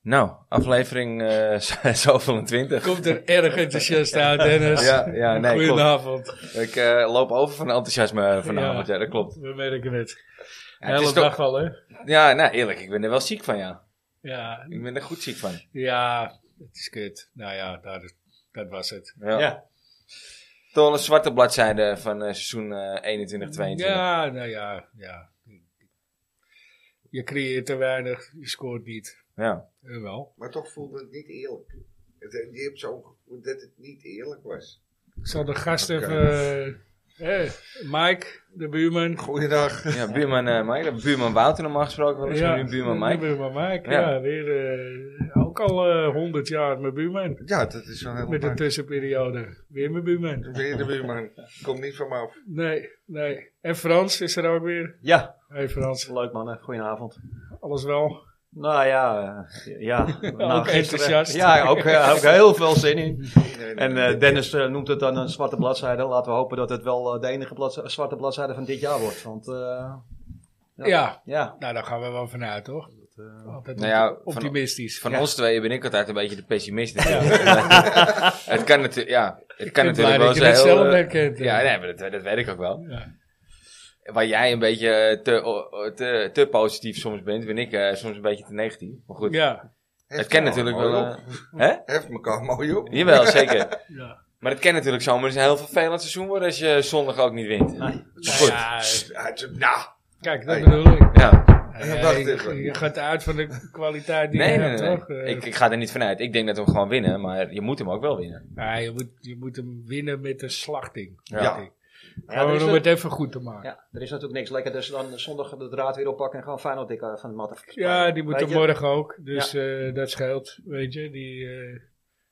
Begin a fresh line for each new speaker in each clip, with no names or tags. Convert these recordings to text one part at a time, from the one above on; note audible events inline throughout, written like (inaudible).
Nou, aflevering eh (laughs) zoveel en twintig.
Komt er erg enthousiast uit, Dennis.
Ja, ja, nee, klopt.
Goedenavond.
Ik eh, loop over van enthousiasme eh, vanavond. Ja, dat klopt.
We merken het.
Ja,
De
het
hele
is toch-
dag al, hè?
Ja, nou eerlijk, ik ben er wel ziek van, ja.
Ja,
Ik ben er goed ziek van.
ja het is kut. Nou ja, daar, dat was het.
Ja. Toch wel een zwarte bladzijde van eh, seizoen eh 21, 22.
Ja, nou ja, ja. Je creëert te weinig, je scoort niet.
ja.
Eh, wel.
Maar toch voelde het niet eerlijk. Het, je hebt zo'n gevoel dat het niet eerlijk was.
Ik zal de gast
Oké.
even... eh, eh, Mike, de buurman.
Goeiedag.
Ja, buurman eh Mike. Buurman Wouter normaal gesproken. wel eens, maar nu buurman
de
Mike.
buurman Mike,
Ja.
ja. weer, eh, ook al honderd jaar mijn buurman.
Ja, dat is zo'n heel
Met een
lang.
tussenperiode. Weer mijn buurman.
Weer de buurman. Komt niet van me af.
Nee, nee. En Frans is er ook weer.
Ja,
Hey Frans,
leuk mannen. Goedenavond.
alles wel?
Nou ja, eh, ja.
(laughs)
Nou, gisteren-
enthousiast.
Ja, ook, eh,
(laughs)
ook heel veel zin in.
Nee,
En
nee.
eh, Dennis eh, noemt het dan een zwarte bladzijde. Laten we hopen dat het wel eh, de enige bladzi- zwarte bladzijde van dit jaar wordt. Want eh,
Ja.
ja, eh,
nou daar gaan we wel vanuit, toch? Altijd
Nou ja,
opti-
van-
optimistisch.
Van
Ja.
ons tweeën ben ik altijd een beetje de pessimist.
Ja.
(laughs) het kan, natuurlijk, ja, het kan
ben blij
natuurlijk wel
dat je
zijn.
dit
heel,
zelf
eh,
herkent, hè.
Ja, nee, maar dat, dat weet ik ook wel.
Ja.
Waar jij een beetje eh, te, o- o- te, te positief soms bent, ben ik eh, soms een beetje te negatief. Maar goed,
Ja.
Heft
het kan
me
natuurlijk
mooi
wel.
op.
eh, hè?
Heft elkaar mooi op.
Jawel, zeker.
Ja.
Maar het kan natuurlijk zomaar eens een heel vervelend seizoen worden als je zondag ook niet wint. Maar
Nou
goed.
ja,
Ja, het is- Nou, (laughs)
kijk, dat
Hey.
bedoel ik.
Ja.
Ja,
Wacht
je-
even.
Je gaat uit van de kwaliteit die
Nee,
je
nee,
hebt,
nee,
toch?
nee.
Eh,
Ik, ik ga er niet vanuit. Ik denk dat we hem gewoon winnen, maar je moet hem ook wel winnen.
nou, je, moet, je moet hem winnen met een slachting.
Ja.
denk ik.
Ja, er
Gewoon
is
om
een-
het even goed te maken.
ja, er is natuurlijk niks lekker. Dus dan zondag de draad weer oppakken en gewoon Final Dick eh, van de mat af.
Ja, die
Weet
moeten
je?
morgen ook. Dus eh, dat scheelt, weet je. Die eh,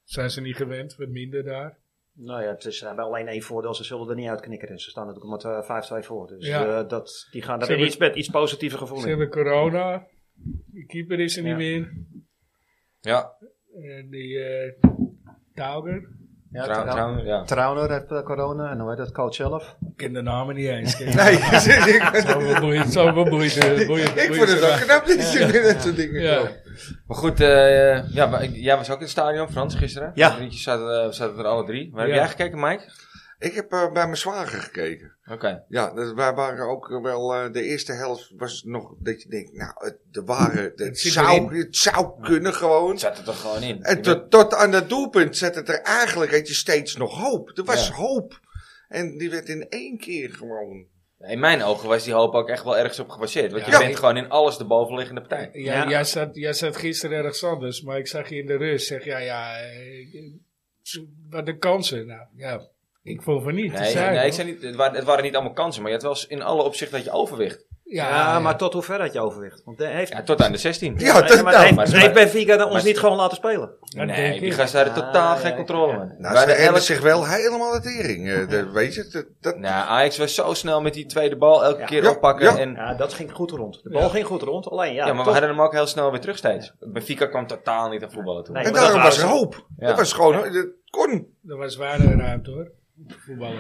zijn ze niet gewend, wat minder daar.
Nou ja, het is eh, wel alleen één voordeel. Ze zullen er niet uitknikken. Dus ze staan natuurlijk met eh 5-2 voor. Dus
Ja.
eh, dat, die gaan
Ze
daar
hebben-
weer iets, met iets positiever gevoel
Ze
in.
hebben corona. De keeper is er
Ja.
niet meer.
Ja,
En die eh Tauger.
Ja,
trouw-
trouw-
trouwens, ja.
Trauner uit eh, corona en hoe heet dat, coach zelf?
Ik ken de namen niet eens.
(laughs) nee. ik-
Zo boeiend, zo boeiend. eh, boeiend
(laughs) ik vond het wel knap dat je met dat soort dingen kwam.
Ja,
Maar goed, eh, ja, maar ik- jij was ook in het stadion, Frans, gisteren.
Ja.
De Drietjes zaten, eh, zaten er alle drie. Waar
Ja.
heb jij gekeken, Mike?
Ik heb eh, bij mijn zwager gekeken.
Oké.
Ja, dus wij waren ook wel. eh, de eerste helft was nog dat je denkt, nou, het, de waren, het,
zit
zou,
erin.
het zou kunnen gewoon.
Het zat er toch gewoon in.
En
Je
Eh, tot, tot aan dat doelpunt zette het er eigenlijk had je steeds nog hoop. Er was
Ja.
hoop. En die werd in één keer gewoon.
bent- in mijn ogen was die hoop ook echt wel ergens op gebaseerd. Want je
Ja.
bent gewoon in alles de bovenliggende partij.
ja, jij, zat, jij zat gisteren ergens anders, maar ik zag je in de rust. Zeg, ja, ja, eh, eh, wat de kansen. Nou, ja, ik vond van niet.
Nee,
Zij,
nee ik
hoor.
zei niet, het, waren, het waren niet allemaal kansen, maar je had wel eens in alle opzichten dat je overwicht.
Ja,
Ja,
ja.
maar tot hoe ver had je overwicht? Want de- heeft,
Ja, tot aan de 16.
Ja, dat-
Oh, nou, maar heeft,
maar-
heeft Benfica dan
maar-
ons niet gewoon laten spelen?
dat denk
Nee, die
ik.
gasten hadden
Ah,
totaal
ja,
geen
ja.
controle, man.
Nou,
Bij
ze
de
renden
elf-
zich wel helemaal de tering. eh, dat- weet je, dat, dat-
Nou, Ajax was zo snel met die tweede bal elke
Ja.
keer
Ja,
oppakken.
ja.
En, ja,
Ja, dat ging goed rond. De bal
Ja.
ging goed rond, alleen ja.
maar we
toch-
hadden hem ook heel snel weer terug steeds. Benfica kwam totaal niet aan voetballen toe.
Nee.
en
maar
daarom
dat
was er
waren ze-
hoop.
Ja.
Dat was gewoon. Dat kon.
Er was weinig ruimte hoor. Voetballen.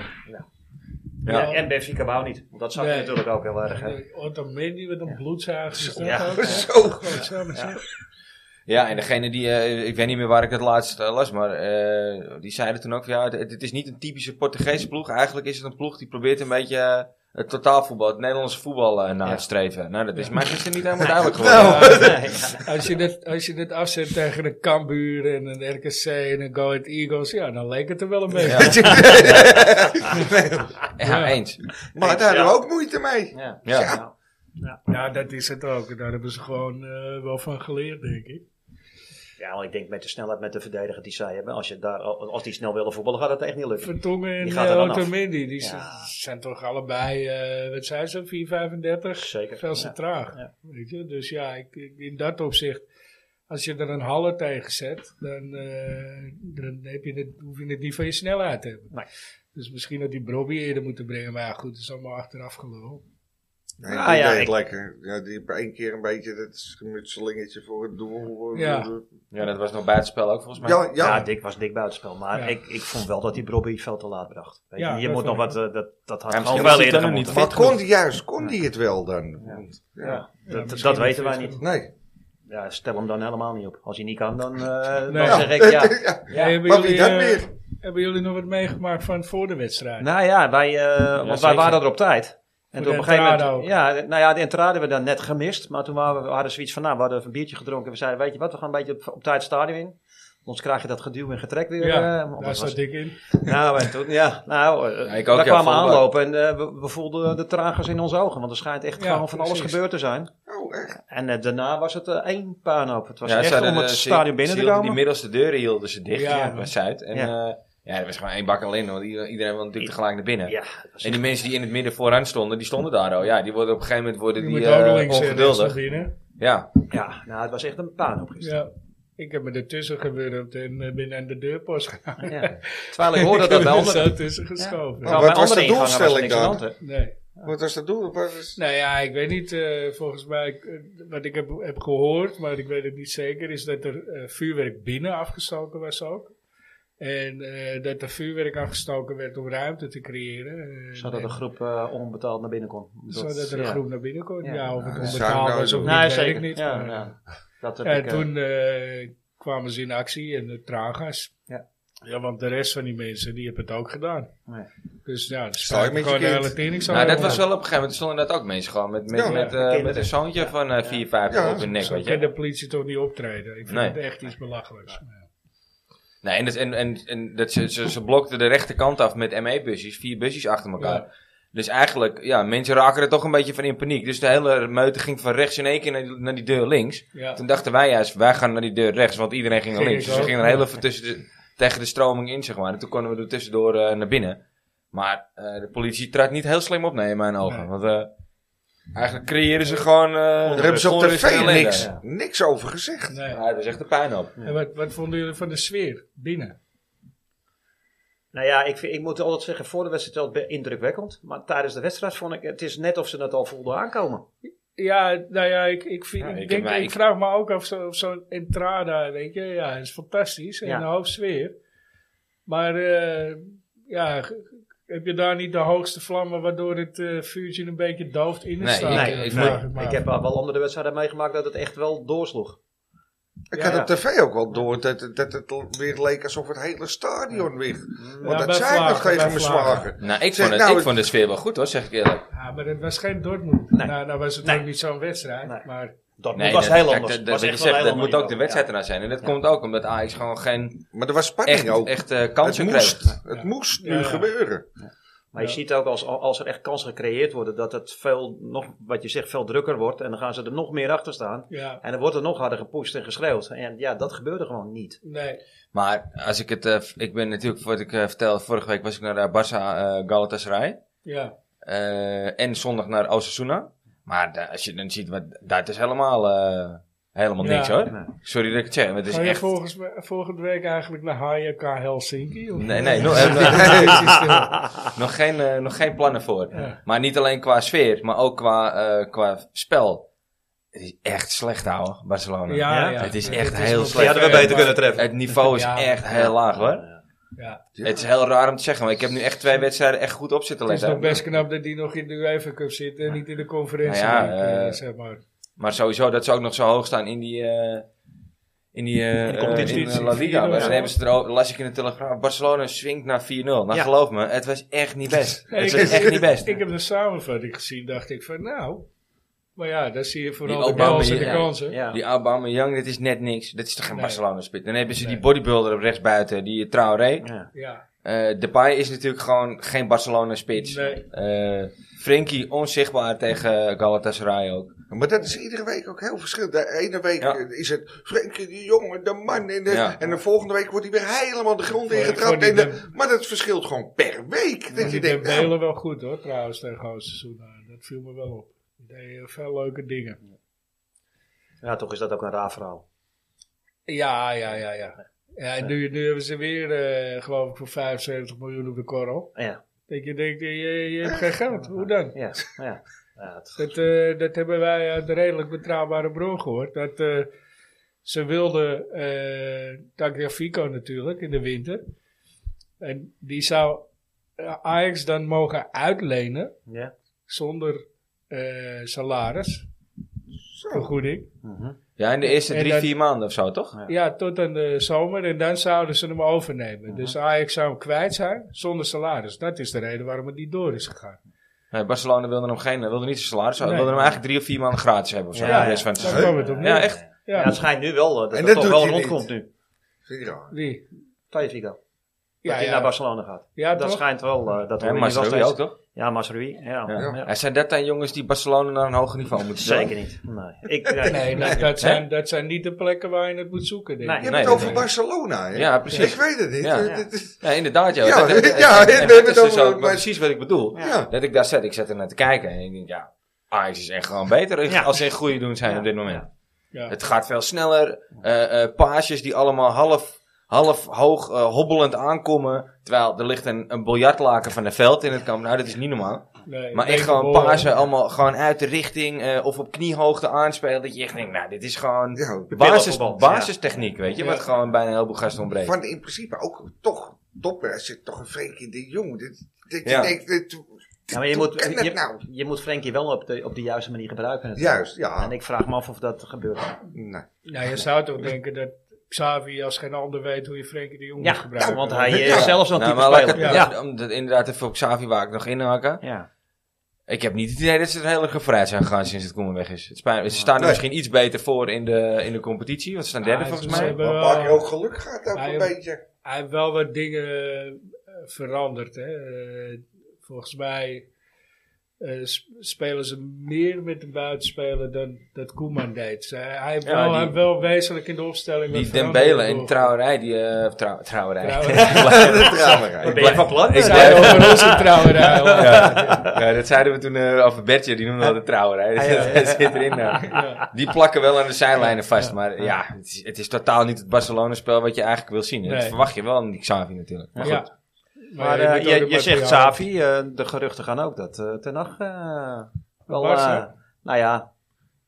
Ja,
Ja.
en Benfica wou niet. Want dat zag
Nee.
je natuurlijk ook heel erg. Hè.
Otamendi met een bloedzaag. is dat
Ja. (laughs)
ook?
Zo.
Gewoon zo, maar zo.
Ja, en degene die, eh, ik weet niet meer waar ik het laatst eh, las, maar eh, die zeiden toen ook van ja, het, het is niet een typische Portugese ploeg. Eigenlijk is het een ploeg die probeert een beetje eh, het totaalvoetbal, het Nederlandse voetbal eh, na te
Ja.
streven. Nou, dat is mij gisteren niet helemaal duidelijk
(laughs)
geworden.
Nou,
Nee, ja.
Als je, dit, als je dit afzet tegen een Cambuur en een RKC en een Go Ahead Eagles, ja, dan leek het er wel een beetje.
Ja.
Ja.
Ja, eens.
maar daar hadden we ook moeite mee.
Ja.
Ja.
Ja.
Ja, dat is het ook. En Daar hebben ze gewoon eh, wel van geleerd, denk ik.
Ja, want ik denk met de snelheid met de verdediger die zij hebben. Als, je daar, als die snel willen voetballen, gaat dat echt niet lukken.
Vertongen en
Die gaat er dan af.
Otamendi, die z-
Ja.
zijn toch allebei, eh wat zijn ze, 4,35?
Zeker.
Veel te
Ja.
traag.
Ja.
Weet je? Dus ja, ik, ik- in dat opzicht, als je er een halle tegen zet, dan, eh, dan heb je het, hoef je het niet van je snelheid te hebben.
Nee.
Dus misschien had die Brobby eerder moeten brengen, maar ja, goed, dat is allemaal achteraf gelul.
Nee,
Ah,
die
ja,
deed
ik-
lekker. Ja, die heeft één keer een beetje dat gemutselingetje voor het doel. eh,
Ja.
Ja, dat was nog bij het spel ook volgens mij.
Ja,
Ja,
ja.
Dick was dik buitenspel. Maar
Ja.
ik, ik vond wel dat die Brobby veel te laat bracht. Weet je,
Ja,
je
dat
moet nog
vond ik
wat, eh, dat, dat had
Ja,
gewoon
misschien
wel
was hij
eerder
dan nog
moeten.
niet
Maar kon die juist, kon die het wel dan?
Ja.
Ja.
Ja,
Ja,
dat,
misschien
dat weten
is
wij
het-
niet.
Nee.
Ja, stel hem dan helemaal niet op. Als hij niet kan, dan, eh,
Nee.
dan zeg
(laughs)
ik ja.
Hey, hebben,
mag niet dat
eh,
meer?
hebben jullie nog wat meegemaakt van voor de wedstrijd?
(laughs) Nou ja, wij, eh, want wij
zeker.
waren er op tijd. En
Voor
toen
de
op een gegeven moment,
Entrada
ja, nou ja, de entrada hebben we dan net gemist. Maar toen waren we, we hadden zoiets van, nou, we hadden even een biertje gedronken. We zeiden, weet je wat, we gaan een beetje op, op tijd het stadion in. Anders krijg je dat geduw en getrek weer. eh,
ja,
want
daar
het was-
zat ik in.
Nou, en toen, ja, nou, eh,
Ja, ik ook,
daar
ja,
kwamen we
voelbaar.
aanlopen en eh, we, we voelden de tragers in onze ogen. Want er schijnt echt
Ja,
gewoon van alles
precies.
gebeurd te zijn.
Oh, echt?
En eh, daarna was het eh, één puinhoop. Het was
ze
echt
hadden
om
de-
het
ze-
stadion binnen
ze
te
hielden
komen.
Die middelste deuren hielden ze dicht,
Ja.
ja. bij Zuid. En
Ja.
ja. ja, er was gewoon één bak al in, want ieder- iedereen wilde natuurlijk tegelijk naar binnen.
Ja, het was
En die mensen die in het midden vooraan stonden, die stonden daar al. Ja, die worden op een gegeven moment worden
Je
die,
moet ook
eh,
links en rechts naar
ongeduldig.
binnen.
Ja,
echt- ja, nou, het was echt een puinhoop gisteren.
Ja. Ik heb me ertussen gewurmd en eh, ben aan de deurpost gegaan.
Ja. Terwijl ik hoorde
(laughs)
dat
Ik
bij
heb me
Nou,
anderen...
zo tussen geschoven.
Oh.
Ja. Wat was de doelstelling dan?
Nee.
Wat was dat doel? Wat is-
Nou ja, ik weet niet. eh, volgens mij, eh, wat ik heb, heb gehoord, maar ik weet het niet zeker, is dat er eh, vuurwerk binnen afgestoken was ook. En eh, dat er vuurwerk afgestoken werd om ruimte te creëren. Eh,
Zodat een
en-
groep eh, onbetaald naar binnen kon.
zodat er een
ja.
groep naar binnen kon. Ja,
Ja.
of het
Nou, dat zou ik
onbetaald
nou
was of
doen.
niet,
Nee,
weet
zeker.
ik niet.
ja,
maar-
ja. Dat heb
Ja, en
ik, eh,
toen eh, kwamen ze in actie en de tragas.
Ja.
Ja, want de rest van die mensen, die hebben het ook gedaan.
Nee.
Dus ja, dat
Sta ik met je
gewoon de
kind?
hele tering zo.
nou, dat was wel op een gegeven moment. Er stonden inderdaad ook mensen gewoon met, met,
Ja,
met, eh,
kinderen.
met een zoontje van eh 4, 5
Ja.
op hun nek.
Zo
Weet
kan
je.
de politie toch niet optreden. Ik vind
Nee.
het echt iets belachelijks.
Nee, en, dat, en, en, en dat ze, ze, ze blokten de rechterkant af met ME-busjes, vier busjes achter elkaar.
Ja.
Dus eigenlijk, ja, mensen raken er toch een beetje van in paniek. Dus de hele meute ging van rechts in één keer naar die, naar die deur links.
Ja.
Toen dachten wij juist, wij gaan naar die deur rechts, want iedereen ging naar
Ging
links.
ik
Dus we
ook.
gingen er heel even tussen de- tegen de stroming in, zeg maar. En toen konden we er tussendoor eh, naar binnen. Maar eh, de politie trad niet heel slim op, nee, in mijn ogen.
Nee.
Want eh, eigenlijk creëren ze gewoon... eh
Daar hebben ze op
onrust en
tv
ellende.
niks,
Ja.
niks over gezegd.
Nee.
Ja, dat is echt de pijn op.
En wat, wat vonden jullie van de sfeer binnen?
Nou ja, ik, vind- ik moet altijd zeggen, voor de wedstrijd wel be- indrukwekkend. Maar tijdens de wedstrijd vond ik, het is net of ze het al voelden aankomen.
Ja, nou ja, ik, ik, vind,
Ja,
ik,
ik
denk,
heb mij-
ik vraag me ook af zo- of zo'n entrada, weet je. Ja, het is fantastisch. En
Ja.
de hoofdsfeer. Maar eh, ja, g- g- heb je daar niet de hoogste vlammen waardoor het eh, vuurtje een beetje dooft in het
Nee,
stadion?
ik-
Dat
ik-
vraag
nee,
me
Ik
af.
heb wel andere wedstrijden meegemaakt dat het echt wel doorsloeg.
Ik
Ja,
had
ja.
op tv ook wel door dat, dat, dat het weer leek alsof het hele stadion weer... Want
bij
dat zei ik nog
vlagen,
tegen
bij
mijn
vlagen.
zwager.
Nou, ik, vond,
Zeg,
het,
nou,
ik
het-
vond de sfeer wel goed hoor, zeg ik eerlijk.
Ja, maar het was geen Dortmund.
Nee.
Nou, nou was het
Nee.
ook niet zo'n wedstrijd.
Nee.
Maar
Dat
Nee,
was
dat-
heel
kijk,
anders.
dat-
was
Dat,
echt
dat,
wel
dat,
heel
moet
anders.
ook de wedstrijd ernaar zijn. En dat komt ook omdat Ajax gewoon geen
Maar er was spanning
echt,
ook.
echt eh,
het
kansen
moest,
kreeg.
het
Ja.
moest nu
Ja, ja.
gebeuren.
Maar je
Ja.
ziet ook als, als er echt kansen gecreëerd worden, dat het veel, nog, wat je zegt, veel drukker wordt. En dan gaan ze er nog meer achter staan.
ja,
En dan wordt er nog harder gepusht en geschreeuwd. En ja, dat gebeurde gewoon niet.
nee.
Maar als ik het, eh, v- ik ben natuurlijk, wat ik eh, vertelde, vorige week was ik naar eh, Barça eh, Galatasaray.
Ja,
Eh, en zondag naar Osasuna. Maar da- als je dan ziet, wat, dat is helemaal, eh, helemaal
Ja.
niks hoor.
Nee.
Sorry dat ik het zeg, maar het is
Ga je
echt...
volgens mij- volgende week eigenlijk naar HJK Helsinki? Of
Nee, (laughs) nee, no- eh, no- (laughs) nog, geen, eh, nog geen plannen voor.
Ja.
Maar niet alleen qua sfeer, maar ook qua, eh, qua spel. Het is echt slecht, ouwe, Barcelona.
Ja,
Ja,
ja.
het is echt
Het
heel
nog
slecht.
ver,
Die hadden we
beter
maar-
kunnen treffen.
Het niveau is
Ja.
echt heel laag hoor.
Ja.
Ja.
Het is heel raar om te zeggen, maar ik heb nu echt twee wedstrijden echt goed op zitten
Het is nog
letten.
best knap dat die nog in de UEFA Cup zit en niet in de conferentie.
Nou ja,
League, eh,
eh,
zeg maar.
Maar sowieso dat ze ook nog zo hoog staan in die. eh, in die. eh, eh,
competitie.
in, eh, La Liga.
Vierde
Maar
of
dan
zo.
hebben ze er ook, las ik in de Telegraaf. Barcelona swingt naar 4-0. Nou,
Ja.
geloof me, het was echt niet best.
Nee,
het
ik-
was echt niet best.
(laughs) Ik heb de samenvatting gezien, dacht ik van nou. Maar ja, daar zie je vooral
Die
de goals en de
Aubameyang,
kansen.
Ja.
Die Aubameyang, dit is net niks. Dit is toch geen
Nee.
Barcelona-spit. Dan hebben ze
Nee.
die bodybuilder op rechtsbuiten, die eh, Traoré.
Ja.
Ja.
Eh, Depay is natuurlijk gewoon geen Barcelona-spits.
Nee.
Eh, Frenkie onzichtbaar tegen Galatasaray ook.
Maar dat is iedere week ook heel verschillend. De ene week
Ja.
eh, is het Frenkie de jongen, de man. En de,
Ja.
en de volgende week wordt hij weer helemaal de grond
Voor- voor
ingetrapt.
die
En de-
Ben-
maar dat verschilt gewoon per week. Dat je
Die de
denkt, nou,
Belen wel goed hoor, trouwens, tegen Oostersuna. Dat viel me wel op. Die deden veel leuke dingen.
ja, toch is dat ook een raar verhaal.
Ja, ja, ja, ja. Ja, en nu, nu hebben ze weer, eh, geloof ik, voor 75 miljoen op de korrel.
Ja,
Dat je denkt, je, je hebt geen geld. Hoe dan?
ja, ja. ja het-
Dat, eh, dat hebben wij uit een redelijk betrouwbare bron gehoord. Dat, eh, ze wilden eh Tagliafico natuurlijk in de winter. En die zou eh, Ajax dan mogen uitlenen
ja.
zonder eh, salaris. vergoeding.
Mhm.
Ja, in de eerste
En
drie,
dat-
vier maanden of zo, toch?
Ja.
Ja, tot aan de zomer. En dan zouden ze hem overnemen.
Mhm.
Dus Ajax zou hem kwijt zijn zonder salaris. Dat is de reden waarom het niet door is gegaan.
Nee, Barcelona wilde hem geen, wilde niet zijn salaris,
Nee.
wilde hem eigenlijk drie of vier maanden gratis hebben of zo.
Ja,
de rest
ja.
van het
Daar
seizoen.
kwam het op neer.
Ja, echt.
Ja,
Ja,
het schijnt nu wel eh, dat
En
het
dat
toch
doet
wel
hij
rondkomt nu.
Vind ik raar.
wie?
Taya Figo.
Ja,
Dat hij
ja.
naar Barcelona gaat.
Ja,
dat
toch?
schijnt wel. eh, dat
Ja,
hoor je
maar
wel
Sarri
steeds.
ook, toch?
Ja, Masrui. Ja,
Ja.
ja.
Er zijn dat dan jongens die Barcelona naar een hoger niveau moeten
Zeker niet. Nee, ik, nee,
Nee, dat, dat, zijn, dat zijn niet de plekken waar je het moet zoeken, denk ik.
Nee.
Je hebt
Nee,
het
dat
over
niet.
Barcelona, hè?
Ja, precies.
Ik weet het niet.
Ja.
Eh, dit is-
Ja, inderdaad, ja.
Ja,
Dat- dat- dat-
ja,
dat-
we
dat
hebben
is
het
dus
over-
ook precies wat ik bedoel.
Ja.
ja.
Dat ik daar zat, ik zat er naar te kijken en ik denk, ja, Ajax is echt gewoon beter in-
Ja.
als ze in goede doen zijn
Ja.
op dit moment.
Ja.
Het gaat veel sneller, eh eh paasjes die allemaal half, half hoog eh, hobbelend aankomen, terwijl er ligt een, een biljartlaken van een veld in het kamp. Nou, dat is niet normaal.
Nee,
Maar echt gewoon
Bekenboren.
paasjes, allemaal gewoon uit de richting eh, of op kniehoogte aanspelen, dat je echt denkt, nou, dit is gewoon
Ja,
basis,
pillenverband, ja.
basistechniek, weet je,
Ja.
wat gewoon bij een heleboel gasten ontbreekt.
Van in principe ook toch topper. Er zit toch een Frenkie de Jong. Dit, dit,
Ja.
dit, dit, dit-
Ja, maar je
hoe
moet,
kan dat
je,
nou?
je moet Frenkie wel op de, op de juiste manier gebruiken. natuurlijk.
Juist, ja.
En ik vraag me af of dat gebeurt.
Nee.
Nou, je zou toch denken dat Xavi als geen ander weet hoe je Frenkie de Jong
Ja,
moet gebruiken.
want hij is
Ja.
zelf zo'n
Nou,
type
maar laat ik
speler.
het,
Ja.
om dat inderdaad even op Xavi waar ik nog inhaken.
Ja.
Ik heb niet het idee dat ze er heel erg gevrijd zijn gegaan sinds het Koeman weg is. Het spijt me. Ze staan er
Nee.
misschien iets beter voor in de, in de competitie, want ze staan derde
Ah,
volgens
ze
mij.
hebben
Maar
wel-
Bak ook geluk gaat ook
Ja,
een
joh.
beetje.
Hij heeft wel wat dingen eh, veranderd. Hè. Eh, volgens mij eh, sp- spelen ze meer met de buitenspeler dan dat Koeman deed. Ze- hij, heeft
Ja,
wel,
die-
hij heeft wel wezenlijk in de opstelling wat
Die
veranderingen
Dembele en
door-
Trouwerij, die... eh trouw, trouwerij. (laughs)
Trouwerij.
De drama.
Ik blijf van plan.
Ik zei over onze trouwerij. al.
Ja. Ja, dat zeiden we toen eh, over Bertje, die noemde dat de trouwerij.
Ah, ja, ja, ja.
Dat zit erin. nou.
Ja.
Die plakken wel aan de zijlijnen vast, maar ja, het is, het is totaal niet het Barcelona-spel wat je eigenlijk wil zien. Dat
Nee.
verwacht je wel aan die Xavi natuurlijk. Maar goed.
Ja.
Maar
je
eh,
moet ook
je,
het
je zegt
materiaal-
Xavi, eh, de geruchten gaan ook dat eh Ten Hag eh, wel...
Barca?
eh, nou ja,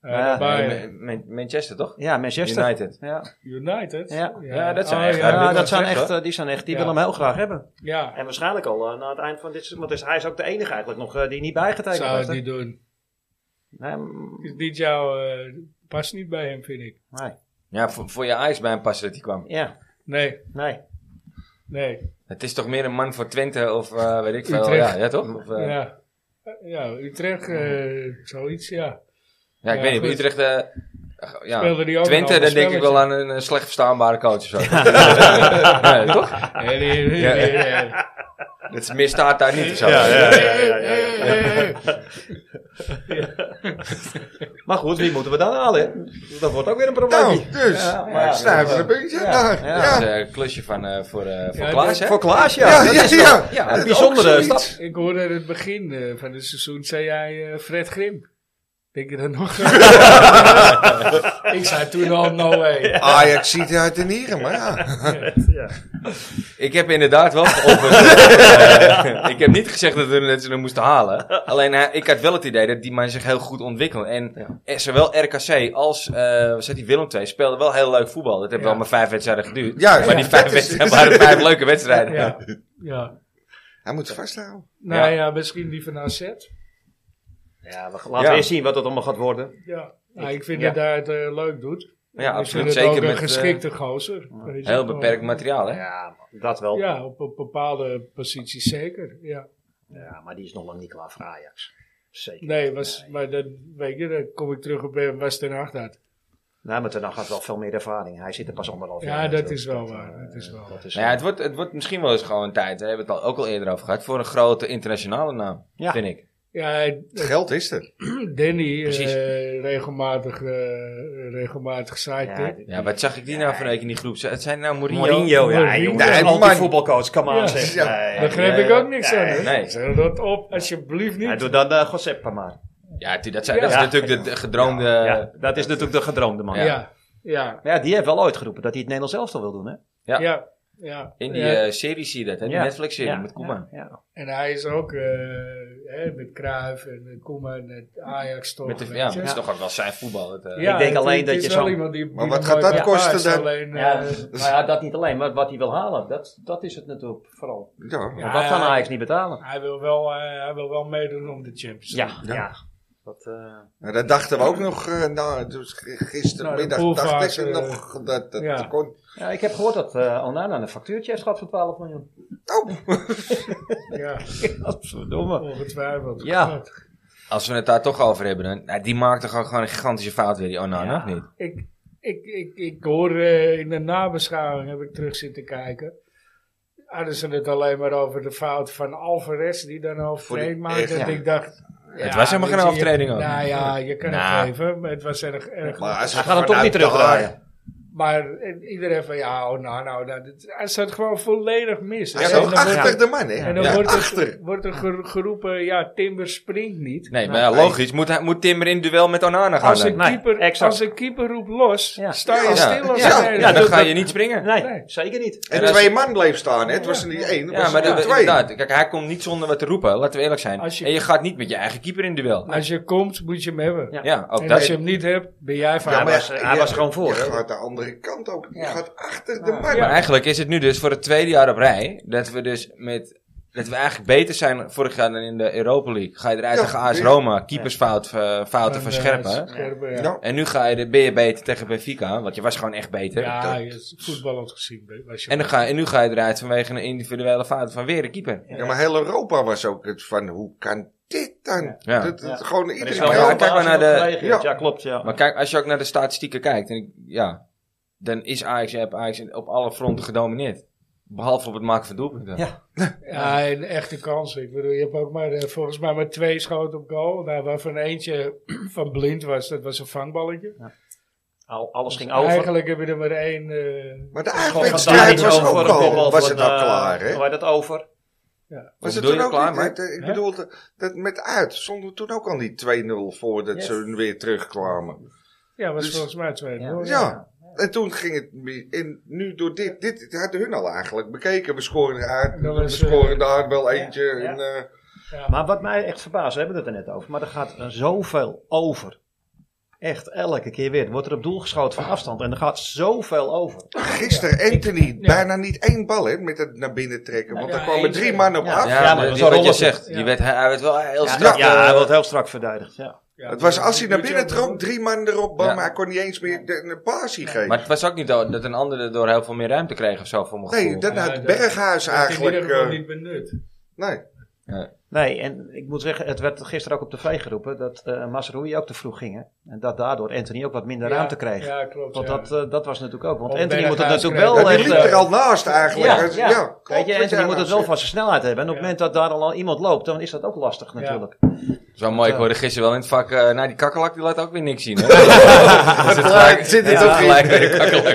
Eh,
Ja.
Nee,
Bayern.
Ma- Ma- Manchester toch?
ja Manchester.
United.
Ja,
United?
Ja.
Ja, dat zijn
Oh,
echt-
ja,
Ja,
ja,
dit
dat
was
zijn
echt,
echt,
hoor.
eh, die zijn echt, die
Ja.
willen hem heel graag hebben.
Ja,
En waarschijnlijk al eh, na het eind van dit seizoen, want hij is ook de enige eigenlijk nog eh, die niet bijgetekend
zou
was.
het
hè?
niet doen.
Nee, mm,
Is niet jouw... eh, past niet bij hem, vind ik.
nee.
Ja, voor, voor je Ajax bij hem passen dat hij kwam.
Ja,
Nee,
nee.
nee.
Het is toch meer een man voor Twente of eh, weet ik veel.
Utrecht.
Ja, ja, toch? Of, eh, ja.
Ja. ja, Utrecht, eh, zoiets, ja.
ik
Ja,
weet niet. bij
goed.
Utrecht, eh, ach, ja.
Speelde die ook een
Twente,
ander
dan denk ik wel
spelletje?
aan een, eh, slecht verstaanbare coach of zo. Ja, toch?
Nee, nee, nee,
Ja.
nee, nee.
Dat is- meer staat daar niet of zo.
Ja, ja, ja, ja, ja,
Eh,
ja. (laughs) Maar goed, wie moeten we dan halen? hè? Dat wordt ook weer een probleem.
Nou, dus.
Ja,
Maar
ja,
ik snuif
dat,
er een
eh,
beetje
ja,
naar.
ja.
Dat
Ja,
is eh, een klusje van, eh, voor, eh, voor
Ja,
Klaas,
dat-
hè?
Voor Klaas, ja.
Ja,
dat
ja,
is wel-
ja.
ja,
Dat
een
is
bijzondere
ook
stap.
zoiets.
Ik hoorde aan het begin eh, van het seizoen, zei jij eh, Fred Grim. Denk je dat
(laughs)
nog? ik zei toen al, no way.
Ajax ziet uit de nieren, maar ja.
Ik heb inderdaad
(laughs)
wel geopperd. Eh, ik heb niet gezegd dat, we, dat ze hem moesten halen. Alleen eh, ik had wel het idee dat die man zich heel goed ontwikkelde. En eh, zowel RKC als eh, wat zat die Willem II speelden wel heel leuk voetbal. Dat heeft
Ja.
wel maar vijf wedstrijden geduurd.
Juist.
maar
(laughs) Ja,
die vijf
dat is-
wedstrijden waren vijf leuke wedstrijden.
Ja, ja.
Hij moet vasthouden.
Nou
Ja.
ja. misschien die van AZ.
Ja, we, laten
Ja.
we eens zien wat het allemaal gaat worden.
Ja. Nou, ik vind
Ja.
dat hij het eh, leuk doet.
Ja,
ik vind
absoluut.
het
Zeker
ook een
met eh,
geschikte gozer. weet je
heel
wel.
beperkt materiaal, hè?
Ja, dat wel. Ja.
Ja, op, op bepaalde posities zeker. Ja.
maar die is nog lang niet klaar voor Ajax. Zeker.
Nee, was, maar dat, weet je, dan kom ik terug op eh, was ten Hag dat.
Nee, Nou, maar Ten Hag had wel veel meer ervaring. Hij zit er pas anderhalf
Ja,
jaar.
dat
natuurlijk.
is wel
eh,
waar, dat is wel
dat is,
Nou ja, het wordt, het wordt misschien wel eens gewoon tijd. We hebben het al, ook al eerder over gehad. Voor een grote internationale naam,
Ja.
vind ik.
Ja,
Het geld is er.
(clears throat) Danny
Precies.
eh, regelmatig, eh regelmatig site.
ja,
Ja, wat zag ik die nou van week in die groep? Het zijn nou Mourinho.
Mourinho, ja,
Mourinho.
jongen, dat is
Nee,
een
man.
anti-voetbalcoach, come on,
Ja.
zeg.
Ja,
Nee,
Daar greep
nee,
ik ook niks
nee,
aan. hè?
nee.
Zeg dat op, alsjeblieft niet.
Hij doet dan eh Giuseppe maar.
Ja, tu- dat, zijn, dat is
Ja.
natuurlijk de, de gedroomde...
ja, dat is natuurlijk de gedroomde man.
ja.
Ja.
Ja. Ja.
Maar ja, die heeft wel ooit geroepen dat hij het Nederlands elftal wil doen, hè?
Ja.
ja. ja.
In die
Ja.
eh, serie zie je dat, hè? Die
Ja.
Netflix-serie
ja,
met Koeman.
Ja, ja.
En hij is ook eh, hè, met Cruijff en eh, Koeman en Ajax toch.
Met de,
weet
ja, maar
je.
het is toch ook wel zijn voetbal. Het, eh.
Ja,
Ik denk
het-
alleen
het
dat
is
je
wel
zo'n-
iemand die-
Maar
die
wat
er
gaat
nooit
dat
bij
kosten
past,
dan?
alleen, eh,
Ja,
dus-
dus- maar ja, dat niet alleen, maar wat hij wil halen, dat, dat is het natuurlijk vooral.
Ja.
Want dat kan
ja.
Ajax niet betalen.
hij, wil wel, eh, hij wil wel meedoen om de Champions League.
Ja, ja. Dat, eh,
Nou, dat dachten we ook nog, eh, nou, dus g- gistermiddag
Nou, de poolvaart,
dachten ze
eh,
nog dat dat
ja.
kon.
ja, ik heb gehoord dat eh Onana een factuurtje heeft gehad van 12 miljoen.
Oh,
Ja,
Godverdomme.
ongetwijfeld.
Ja.
Als we het daar toch over hebben, dan, nou, die maakt toch ook gewoon een gigantische fout weer, die Onana,
Ja.
of niet?
Ik, ik, ik, ik hoor eh, in de nabeschouwing, heb ik terug zitten kijken. Hadden ze het alleen maar over de fout van Alvarez, die dan een overtreding
Voor die-
maakt. Dat
ja.
ik dacht.
Het was helemaal
weet
geen
je,
overtreding
je-
ook.
Nou ja, je kan
Nou.
het geven, maar het was erg. erg
maar als
Hij gaat hem toch
vanuit
niet
daar-
terugdraaien.
Maar eh, iedereen van ja, oh, nou, nou, dat, het- hij staat gewoon volledig mis.
Hij
En
is
dan
ook
wordt-
achter de man, hè?
En dan
Ja,
wordt,
achter.
er, wordt er gero- geroepen, ja, Timber springt niet.
Nee,
Nou,
maar ja, logisch. Moet, hij- moet Timber in duel met Onana gaan
Als
dan?
een,
Nee,
keeper,
exact.
als een keeper roept los,
Ja.
sta je
Ja.
stil als
Ja.
een
Ja.
hele-
Ja, dan
dat- Nou,
ga je
dat-
niet springen.
Nee,
Nee.
zeker niet.
En
En
als-
twee man bleef staan, hè? Het was er niet één, het
Ja,
was
maar
er
dat,
twee.
inderdaad. Kijk, hij komt niet zonder wat te roepen. Laten we eerlijk zijn.
Als je-
En je gaat niet met je eigen keeper in duel.
Nou,
Als je komt, moet je hem hebben.
Ja.
Ja, ook
en
dat.
als je hem niet hebt, ben jij van
hij
Ja, maar
was- hij was gewoon voor,
Je
hè?
gaat de andere kant ook. Je
Ja.
gaat achter de man.
Maar eigenlijk is het nu dus voor het tweede jaar op rij dat we dus met dat we eigenlijk beter zijn vorig jaar dan in de Europa League. Ga je eruit
Ja,
tegen AS
weer.
Roma, keepersfout, eh, fouten van
eh,
Scherpen.
Scherpen, ja.
Nou,
En nu ga je de ben je beter tegen Benfica, want je was gewoon echt beter.
Ja, je is voetballend gezien. Was je
En, dan ga, en nu ga je eruit vanwege een individuele fout van weer een keeper.
ja, maar heel Europa was ook het van, hoe kan dit dan?
Ja.
Dat, dat, Gewoon
Er is
iedereen.
maar
wel
ja,
een
kijk maar naar
basis op
de-
gereageerd.
Ja.
Ja, klopt. Ja.
Maar kijk, als je ook naar de statistieken kijkt, en ik- ja, dan is Ajax, heb Ajax op alle fronten gedomineerd. Behalve op het maken van doelpunten.
Ja.
ja, en echte kansen. Ik bedoel, je hebt ook maar, eh, volgens mij maar twee schoten op goal. Nou, waarvan eentje (clears throat) van blind was, dat was een vangballetje.
Al- Alles ging
Dus
over.
Eigenlijk heb je er maar één. eh,
Maar de
Van
uitwedstrijd
Dijk
was
over
ook
een
al,
kopbal
was
van,
het al
eh,
klaar, hè?
Hoe heet dat over?
Was
Wat
het
bedoel
toen
je
ook
klaar,
niet,
maar-
dat- ik
Hè?
bedoel, dat- dat met uit stond het toen ook al niet 2-0 voordat
Yes.
ze hun weer terugkwamen.
ja, was
Dus-
volgens mij twee.
Ja.
goal,
Ja. En toen ging het, mee- en nu door dit, dit hadden hun al eigenlijk bekeken. We scoren daar,
Dat
we
was, eh,
scoren daar wel eentje.
ja.
En, eh,
Ja.
Maar wat mij echt verbaast, we hebben het er net over, maar er gaat eh, zoveel over. Echt, elke keer weer. Er wordt er op doel geschoten van afstand en er gaat zoveel over.
gisteren Anthony,
ja.
bijna niet één bal hè, met het naar binnen trekken. Want
Ja,
er kwamen
eentje.
drie man op
Ja.
af.
Ja,
maar
maar
dat
die-
was
wat je
Rolf.
zegt,
Ja.
die werd, hij hij werd wel heel
Ja,
strak.
ja,
eh,
hij wordt heel strak verdedigd. Ja.
Ja,
Het was
maar-
als hij naar binnen
moet je ook
trok,
doen.
drie man erop, bam,
Ja.
maar hij kon niet eens meer de, een passie geven.
Maar het was ook niet dat dat een ander door heel veel meer ruimte kreeg of zo, voor mijn
nee,
gevoel.
dat
Ja,
had
dat-
Berghuis
Dat is in
eigenlijk.
ieder geval
eh,
niet benut.
nee.
Nee, en ik moet zeggen, het werd gisteren ook op tv geroepen dat eh Masroei ook te vroeg ging. hè. En dat daardoor Anthony ook wat minder
Ja,
ruimte kreeg.
Ja, klopt.
Want
ja.
dat, eh, dat was natuurlijk ook. Want
Of
Anthony moet het
Berghuis
natuurlijk
kreeg-
wel...
Ja, die
echt,
liep
eh,
er al naast eigenlijk.
Ja,
Dus-
ja.
Ja, klopt
Weet
wat
je,
jij
Anthony moet
nou
het wel
zegt.
van zijn snelheid hebben. En op
Ja.
het moment dat daar al al iemand loopt, dan is dat ook lastig natuurlijk.
Zo mooi, ik hoorde gisteren wel in het vak, eh nou die kakkelak die laat ook weer niks zien.
(laughs)
Hè?
Het gelijk zit er
Ja,
toch
gelijk
in.
weer de kakkelak.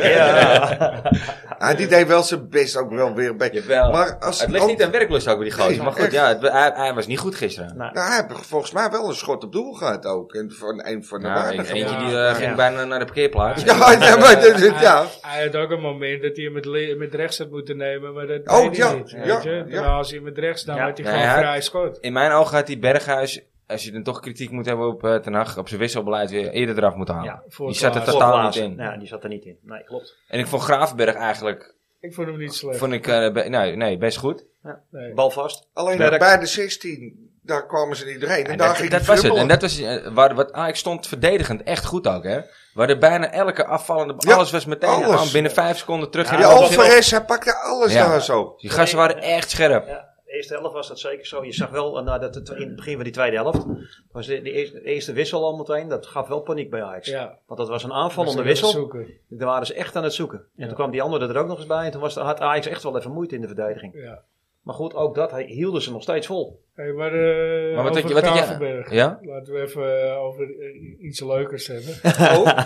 Ah, die deed wel zijn best ook wel weer een beetje.
Jawel.
Maar als
Het ligt niet aan werklust ook bij die gozer.
Nee,
maar goed,
echt.
ja, het- hij, hij was niet goed gisteren.
Nou,
Nou, hij heeft volgens mij wel een schot op doel gehad ook. En van een van de
Nou,
waarden.
een-
waardigen.
eentje die
ja.
eh,
Ja.
ging bijna naar de parkeerplaats.
(laughs)
Eh,
Ja, ja, maar dit- dit-
Hij-
(laughs) ja.
Hij had ook een moment dat hij hem met, le- met rechts had moeten nemen, maar dat
Oh,
deed hij
ja,
niet.
ja,
weet je.
ja.
Terwijl als hij hem met rechts nam,
Ja.
had hij
Nee,
gewoon
hij-
vrij schot.
In mijn ogen had die Berghuis, als je dan toch kritiek moet hebben op eh, Ten Hag, op zijn wisselbeleid weer eerder eraf moeten halen.
ja,
Voor
die zat er
Klaassen.
totaal niet
Klaassen.
in.
Ja, die zat er niet in. Nee, klopt.
En ik vond Graafberg eigenlijk,
Ik vond hem niet slecht.
vond ik, eh, be- nee, nee, best goed.
Nee.
Bal vast.
Alleen
Werk.
bij de 16, daar kwamen ze niet doorheen. En,
En
daar
dat,
ging
dat
die
was het.
dribbel.
En dat was, eh, waar, wat Ajax stond verdedigend echt goed ook, hè. Waar er bijna elke afvallende,
Ja,
alles was meteen
alles.
aan, binnen vijf seconden terug.
Ja,
in de
Ja,
dat was
opzet.
Alvarez, hij pakte alles
Ja.
daar zo.
Die gasten waren echt scherp.
Ja, de eerste helft was dat zeker zo. Je zag wel eh, nadat het, in het begin van die tweede helft. was de, de eerste, de eerste wissel al meteen. Dat gaf wel paniek bij Ajax.
Ja,
Want dat was een
was
aanvallende
even
wissel.
zoeken.
Daar waren ze echt aan het zoeken. En
Ja.
toen kwam die andere er ook nog eens bij. En toen was, had Ajax echt wel even moeite in de verdediging.
Ja.
Maar goed, ook dat hij, hielden ze nog steeds vol.
Hey, maar eh
Maar wat
over
denk je, wat denk je?
Gravenberg.
Ja?
Laten we even eh, over eh, iets leukers hebben.
(laughs)
Oh,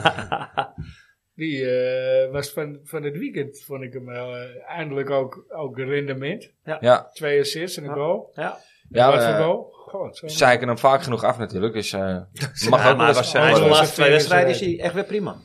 Die eh, was van, van het weekend, vond ik hem eh, eindelijk ook, ook rendement.
Ja.
Twee assists en een goal.
Ja,
Ja,
Wat
eh,
voor goal? God, zo'n-
zeiken hem vaak genoeg af natuurlijk, dus eh, mag
Ja,
ook wel
maar
eens
was,
een
hij is
goal
de
worden.
was
laatste
een
twee wedstrijden is
vierde
hij echt weer prima.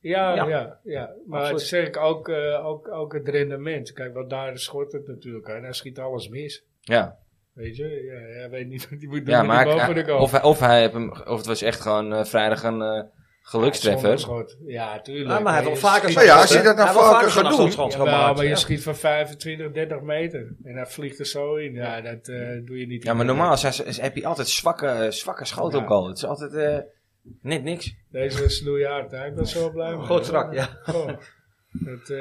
Ja,
Ja.
ja, ja. Maar
Absoluut.
dat zeg ik ook, eh, ook, ook het rendement. Kijk, want daar schort het natuurlijk aan. Hij schiet alles mis.
Ja.
Weet je, ja, hij weet niet wat hij moet doen
Ja,
met die
maar
bal
hij-
voor de goal.
of, hij- of, hij heeft hem, of het was echt gewoon eh, vrijdag een, eh, Gelukstreffer.
Zonderschot. Ja, tuurlijk.
Ah, maar hij heeft
je
al vaker
schiet-
Nou ja, als je
hè?
dat nou
Hij heeft al
vaker
zo'n
gaat doen.
afstandsschot
Jawel,
gemaakt,
maar je
ja.
schiet van 25, 30 meter. En hij vliegt er zo in. Ja, dat eh, doe je niet.
Ja, maar normaal zijn, ze- is- heb je altijd zwakke, eh, zwakke schoten op
Ja.
goal. Het is altijd eh, net niks.
Deze was snoeihard. Hè? Ik was zo blij. mee.
Goed strak, ja.
Goh. Dat, eh,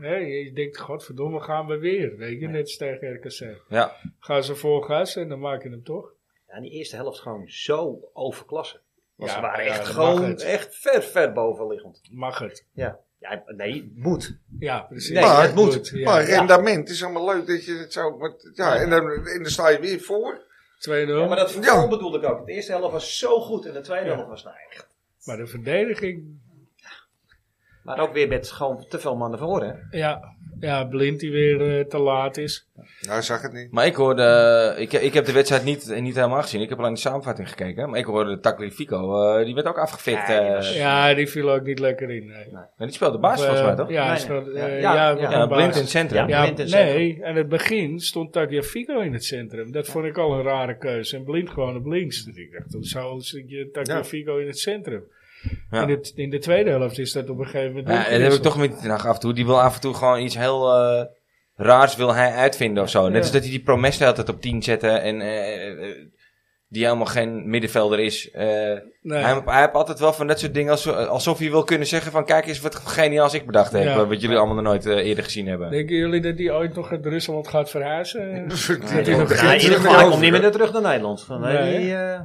hè, je denkt, godverdomme, gaan we weer. Weet je, net als tegen RKC.
Ja.
Gaan ze vol gas en dan maak je hem toch.
Ja, en die eerste helft gewoon zo overklasse. Want
Ja,
ze waren
ja,
echt
dat mag
gewoon
het.
echt ver, ver bovenliggend.
Mag het.
Ja. ja nee, moet.
Ja, precies.
Nee,
Maar-
het moet.
Ja.
Maar rendement is allemaal leuk dat je het zo... want- ja, en, dan, en dan sta je weer voor.
2-0.
Ja, maar
maar,
dat voetbal bedoelde ik ook. De eerste helft was zo goed en de tweede
Ja.
helft was nou echt.
de verdediging.
Maar ook weer met gewoon te veel mannen voor, hè?
Ja, ja blind die weer eh, te laat is.
Nou, hij zag het niet.
Maar ik hoorde, eh, ik, ik heb de wedstrijd niet, niet helemaal gezien. Ik heb alleen de samenvatting gekeken. Maar ik hoorde Takli Fico, eh, die werd ook afgefikt.
Ja, die
eh.
was-
Ja, die viel ook niet lekker in. Nee.
Maar die speelde baas
Of, eh,
volgens mij, toch?
Ja,
Nee,
is dat,
nee.
eh, ja,
Ja, ja.
we gaan
Ja, blind
baas.
in het centrum.
Ja.
Ja.
Ja,
Blind in het
nee, aan het begin stond Takia Fico in het centrum. Dat vond ik al een rare keuze. En Blind gewoon op links. Dus ik dacht, hoezo zit je Takia
Ja.
Fico in het centrum?
Ja.
In, het, in de tweede helft is dat op een gegeven moment...
dat heb ik
omgewisseld.
toch met Ten Hag af en toe. Die wil af en toe gewoon iets heel eh, raars wil hij uitvinden of zo. Net
Ja.
als dat hij die Promes de hele tijd op 10 zette en eh, eh, eh, die helemaal geen middenvelder is. Eh,
Nee.
Hij, hij heeft altijd wel van dat soort dingen als- alsof hij wil kunnen zeggen van kijk eens wat geniaals ik bedacht heb.
Ja.
Wat jullie allemaal nog nooit eh, eerder gezien hebben.
Denken jullie dat hij ooit nog uit Rusland gaat verhuizen?
(laughs) Dat
is nog
is
geen-
Ja, in ieder
natuurlijk
geval, hij komt
over.
niet meer terug naar Nederland. Van, nee,
Nee.
die, eh,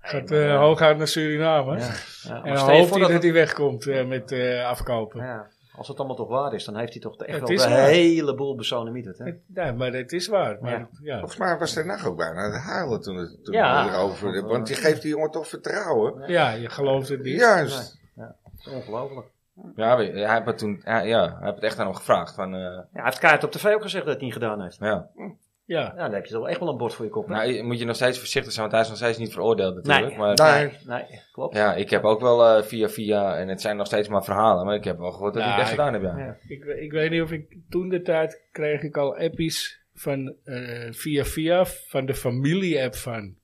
gaat
nee,
eh,
maar, eh,
hooguit naar Suriname.
Ja. ja,
En
maar
dan
stel je
hoopt
voor
hij dat,
dat-
hij wegkomt eh, met eh, afkopen.
Ja, als het allemaal toch waar is, dan heeft hij toch echt
Het
wel
is
een
waar.
heleboel personen niet het, hè?
Het- nee, maar dat is waar. Maar,
Ja.
ja.
Volgens mij was Ten Hag ook bijna aan het huilen toen het toen
Ja.
het erover... Want die geeft die jongen toch vertrouwen.
Ja, je gelooft het niet.
Juist.
Ongelooflijk.
Ja, we- hij heeft het toen, ja, ja, hij heeft het echt aan hem gevraagd. Van, eh,
Ja, hij heeft kaart op tv ook gezegd dat hij het niet gedaan heeft.
ja.
Ja.
Ja, dan heb je toch echt wel een bord voor je kop. hè?
Nou, je- moet je nog steeds voorzichtig zijn, want hij is nog steeds niet veroordeeld natuurlijk.
Nee.
Maar,
nee, nee, klopt.
Ja, ik heb ook wel eh, via via, en het zijn nog steeds maar verhalen, maar ik heb wel gehoord dat hij het
Ja,
echt
ik-
gedaan heeft. Ja.
Ja.
Ik, we- ik weet niet of ik toen de tijd kreeg ik al appies van eh, via via van de familie-app van,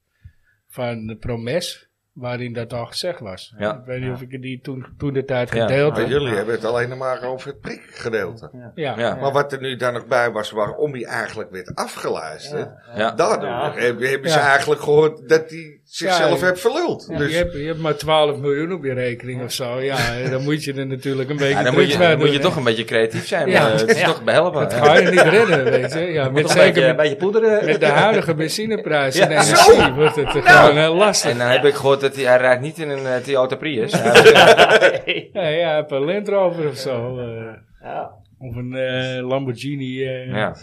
van de Promes, waarin dat al gezegd was.
Ja.
Ik weet niet
Ja.
of ik die toen, toen de tijd
Ja.
gedeeld
Maar
heb.
jullie hebben het alleen maar over het prikgedeelte.
Ja.
Ja.
Maar wat er nu daar nog bij was, waarom hij eigenlijk werd afgeluisterd.
Ja.
Daardoor
Ja.
heb, heb je
Ja.
ze eigenlijk gehoord dat hij zichzelf
Ja.
heeft verluld.
Ja,
dus
je, hebt, je hebt maar 12 miljoen op je rekening of zo. Ja, en dan moet je er natuurlijk een beetje
Ja, dan
drugs
moet je,
bij
dan
doen,
moet je
hè.
toch een beetje creatief zijn.
Ja.
Ja. het is
Ja.
toch behelpen.
Dat
ja.
ga je niet redden, weet je. Ja,
Moet
met,
toch een beetje,
zeker
een
met,
beetje poederen.
met de huidige benzineprijs en
Ja.
energie wordt het eh,
Nou!
gewoon eh, lastig.
En dan heb ik gehoord dat hij, hij rijdt niet in een eh, Toyota Prius. Hij-
Ja, ja, hij heeft een Land Rover of zo. eh,
Ja.
of een eh, Lamborghini. eh,
ja.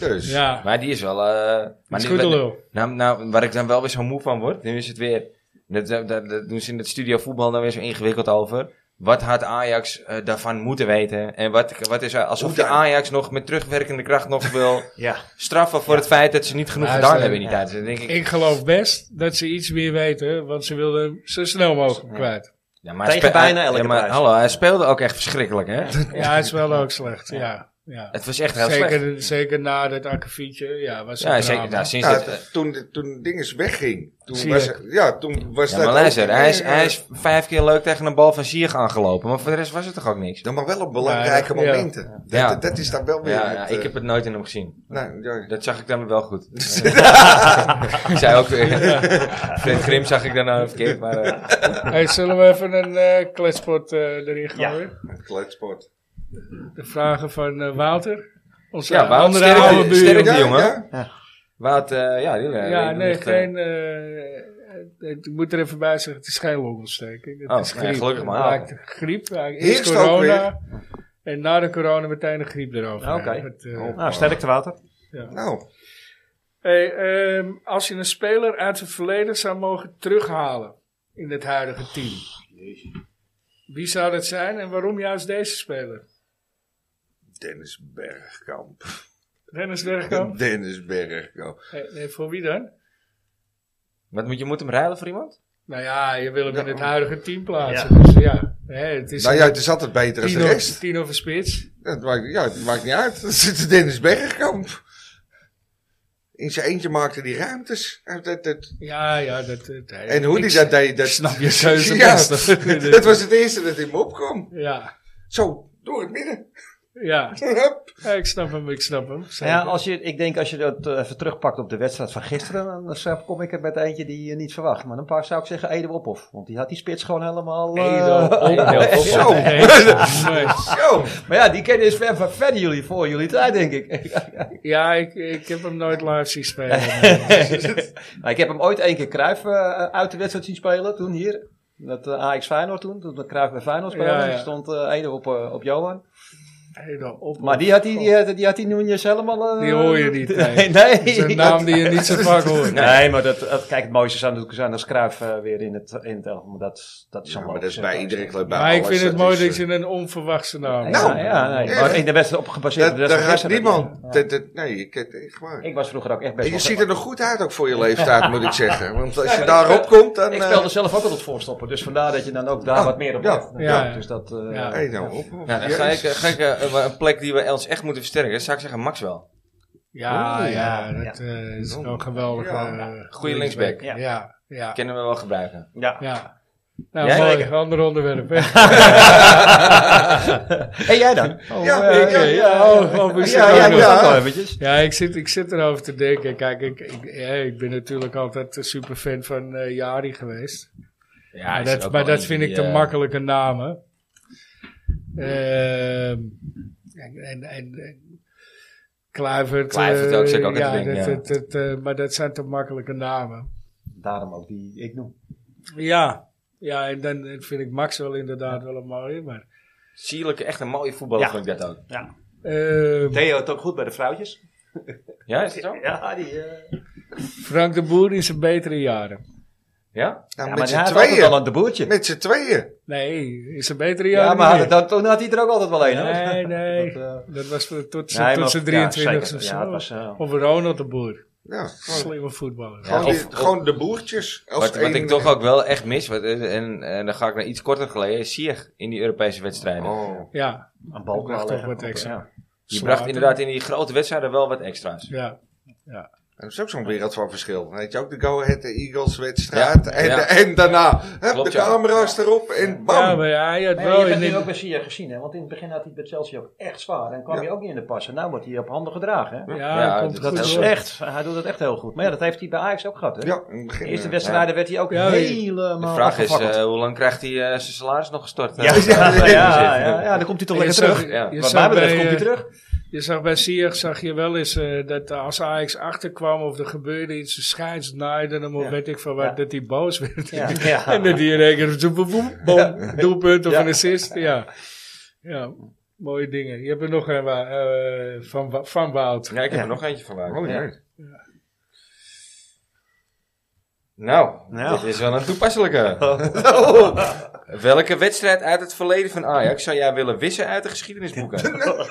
dus.
Ja,
Maar die is wel... eh maar
is
die-
goed lul.
Nou, nou, waar ik dan wel weer zo moe van word, nu is het weer. Dat, dat, dat- dat doen ze in het studio voetbal dan weer zo ingewikkeld over. Wat had Ajax eh, daarvan moeten weten? En wat, wat is er- alsof
Hoe
je
dan?
Ajax nog met terugwerkende kracht nog wil
ja.
straffen voor het feit dat ze niet genoeg
Ja,
gedaan
ze-
hebben in die
ja.
tijd. Dus dan denk ik,
Ik geloof best dat ze iets meer weten, want ze wilden hem zo snel mogelijk kwijt.
ja, maar
Tegen
hij speel-
bijna
hij-
elke
ja, maar,
prijs.
Hallo, hij speelde ook echt verschrikkelijk, hè?
Ja, hij is wel ook slecht, ja. ja.
Het was echt heel slecht.
Zeker, zeker na dat akkefietje, ja, was
Ja,
het
zeker.
drama.
Nou, sinds
Ja,
dat, eh,
toen, toen dinges wegging. Toen
Zie
was,
je.
ja, toen was
ja,
dat...
maar
ook-
luister, hij is, hij is vijf keer leuk tegen een bal van Sierg aangelopen. Maar voor de rest was het toch ook niks?
Dan maar wel op belangrijke
Ja, ja.
momenten. Dat,
Ja.
dat is dan wel weer...
Ja,
het,
ja,
eh,
ik heb het nooit in hem gezien.
nou, ja.
Dat zag ik dan wel (laughs) goed. ik zei ook weer. Fred Grim zag ik dan nou verkeerd. Maar, eh,
Hey, zullen we even een eh kletspot eh, erin
Ja.
gooien?
Kletsport.
De vragen van eh, Wouter. Onze
ja, Wout,
andere oude
sterkte,
buur.
sterkte
Ja,
jongen.
ja.
Wout, eh, ja, die, eh,
Ja,
die
nee,
ligt, eh,
geen... eh, eh, ik moet er even bij zeggen, het is geen longontsteking. Het
Oh,
is
nee,
griep.
gelukkig maar.
Het lijkt griep. Eerst,
Eerst ook
corona. En na de corona meteen de griep erover.
Oké.
Het, eh,
Oh.
Nou, sterkte water.
Nou,
Hey, ehm, als je een speler uit het verleden zou mogen terughalen in het huidige team. Wie zou dat zijn en waarom juist deze speler?
Dennis Bergkamp.
Dennis Bergkamp?
(laughs) Dennis Bergkamp.
Hey, nee, voor wie dan?
Wat moet je moet hem ruilen voor iemand?
Nou ja, je wil hem in
Ja.
het huidige team plaatsen. Dus ja, hè, het is
Nou ja, het is altijd beter als de
tien,
rest.
of, tien of een spits.
(laughs) Ja, het maakt, ja, het maakt niet uit. Er zit Dennis Bergkamp. in zijn eentje maakte die ruimtes. Eh, Dat, dat,
Ja, ja, dat... dat hij-
en hoe
ik
die dat deed. Dat,
Snap je keuze
(laughs) Ja,
best. hoor.
dat was het eerste dat in me opkwam.
Ja,
Zo, door het midden. (laughs)
ja.
Hup.
Ja, ik snap hem, ik snap hem.
Nou
Zeker.
Ja, als je, ik denk als je dat eh, even terugpakt op de wedstrijd van gisteren, dan zou- kom ik er met eentje die je niet verwacht. Maar een paar zou ik zeggen Edo Ophof. Want die had die spits gewoon helemaal... eh, (laughs)
Zo.
Nee, nee.
Zo.
Maar ja, die kennen is ver van verder jullie voor jullie tijd, denk ik. (laughs)
Ja, ik, ik heb hem nooit live zien spelen.
maar ik heb hem ooit één keer Cruijff eh, uit de wedstrijd zien spelen, toen hier. Dat eh, AX Feyenoord toen, toen Cruijff bij Feyenoord speelde.
Ja, ja.
stond eh Edo op, eh, op Johan.
Hey, dan op,
Maar die had die, die, had- die, had die Nunez helemaal... eh,
Die hoor je
(laughs)
niet,
Nee, Nou,
nee. Dat
nee.
is een naam die je niet zo vaak
(laughs)
hoort.
Nee, maar dat, dat- kijk, het mooiste zou natuurlijk zijn als Cruijff eh, weer in het, in het elftal. Maar dat, dat is
Ja,
allemaal
maar dat is
logisch,
bij
eh,
iedereen gelijk bij
Maar ik
alles,
vind het mooi
is,
dat
eh,
je een onverwachte naam hebt.
Nou,
Nou,
ja, nee.
echt.
Maar in de wedstrijd op gebaseerd op
eh, Dat,
de
daar
wedstrijd
gaat
van gisteren,
niemand.
ja.
Dat, dat, nee, ik, het- echt waar.
Ik was vroeger ook echt best
En je
wel-
ziet er nog goed uit ook voor je leeftijd, moet ik zeggen. Want als je
maar
daarop
ik-
komt, dan...
Ik
eh,
speelde zelf ook altijd voorstopper, dus vandaar dat je dan ook daar
Ja,
wat meer op
ja,
let.
ja.
Dus dat, eh,
Ja.
hey, nou, op, op.
Ja, dan ga ik,
Jezus.
ga ik, eh, een plek die we ons echt moeten versterken, zou ik zeggen Maxwell.
Ja,
Oeh,
ja,
ja.
dat eh, is wel geweldig.
Ja.
eh,
Goeie linksback.
Ja.
Ja, ja,
Kennen we wel gebruiken.
ja.
ja. Nou,
Jij
mooi.
zeker?
Ander onderwerp. hè.
En jij dan? Oh,
Ja,
eh,
ik, ja,
ja.
oh, oh, moest je
Ja,
ook
ja,
nog.
ja.
Ook al eventjes.
Ja, ik zit, ik zit erover te denken. Kijk, ik, ik, ja, ik ben natuurlijk altijd een superfan van eh Jari geweest.
Ja,
maar
is er
dat,
ook
maar
wel
dat
een
vind
die,
ik te
eh,
makkelijke namen. Ehm, en, en, en en Kluivert.
Kluivert
eh,
ook, zit ik ook aan te
ja,
denken,
dat-
ja.
dat- dat, eh, maar dat zijn te makkelijke namen.
Daarom ook die ik noem.
Ja, ja en dan eh, vind ik Max wel inderdaad wel een mooie. Maar,
Sierlijk, echt een mooie voetballer
Ja.
vond ik dat ook.
ehm,
Theo het ook goed bij de vrouwtjes.
Ja, is het zo?
Ja, die... eh,
Frank de Boer in zijn betere jaren.
Ja?
Nou,
ja, maar
met
hij
z'n
had altijd al
tweeën.
aan de boertje.
Met z'n tweeën.
Nee, in zijn betere jaren.
Ja, maar had
niet
het dan, toen had hij er ook altijd wel een. hoor.
Nee,
(laughs)
nee.
Dat, eh,
Dat was voor- tot
nee,
zijn
maar-
tot
ja,
23
zeker.
of
Ja,
zo.
het was... eh,
Of Ronald de Boer.
Ja, gewoon,
Slimme voetballer.
Ja.
gewoon, die-
of- of-
gewoon de boertjes. Als
Wat, wat
één-
ik toch ook wel echt mis, wat, eh, en, en dan ga ik naar iets korter geleden, is Sieg in die Europese wedstrijden.
Oh.
Ja,
Een
Ik bracht
balknaal
toch
leggen.
wat extra.
Ja.
Die
Slater.
bracht inderdaad in die grote wedstrijden wel wat extra's.
ja.
Dat is ook zo'n wereld van verschil. Weet je ook de Go Ahead de Eagles wedstrijd.
Ja,
En,
ja.
en daarna hup,
Klopt,
de
ja.
camera's erop en bam.
ja, maar ja, hij had
Maar ja,
wel
je hebt
in
het nu ook
de,
bij Sia gezien, hè? want in het begin had hij bij Chelsea ook echt zwaar en kwam
Ja.
hij ook niet in de passen. Nou wordt hij op handen gedragen. Hè?
ja,
Ja,
komt
dat
Dat
goed
is
door.
echt, hij doet dat echt heel goed. Maar ja, dat heeft hij bij Ajax ook gehad. Hè?
Ja, in het begin,
De eerste
eh,
wedstrijden werd hij ook
Ja,
De
helemaal
vraag is,
afgefakkeld.
eh, hoe lang krijgt hij eh, zijn salaris nog gestort? eh?
(laughs)
ja, ja, ja, ja, ja, dan komt hij toch
Je
lekker
zag-
terug.
Ja,
je
Wat mij
zag
betreft
bij,
komt hij
eh,
terug.
Je zag bij Sier, zag je wel eens eh, dat eh, als Ajax achterkwam of er gebeurde iets, de scheids naaide hem of
Ja.
weet ik van wat,
Ja.
dat hij boos werd.
Ja, ja.
(laughs) en dat hij in één keer zo'n boem, boem, boem, doelpunt of
Ja.
een assist. Ja. ja, mooie dingen. Je hebt er nog een wa- eh, van, Wa- van Wout.
Ja, ik heb
Ja.
er nog eentje van waar.
Oh,
Ja.
nee.
Nou,
Nou.
dit is wel een toepasselijke. Welke wedstrijd uit het verleden van Ajax zou jij willen wissen uit de
(laughs)
geschiedenisboeken?
Nou,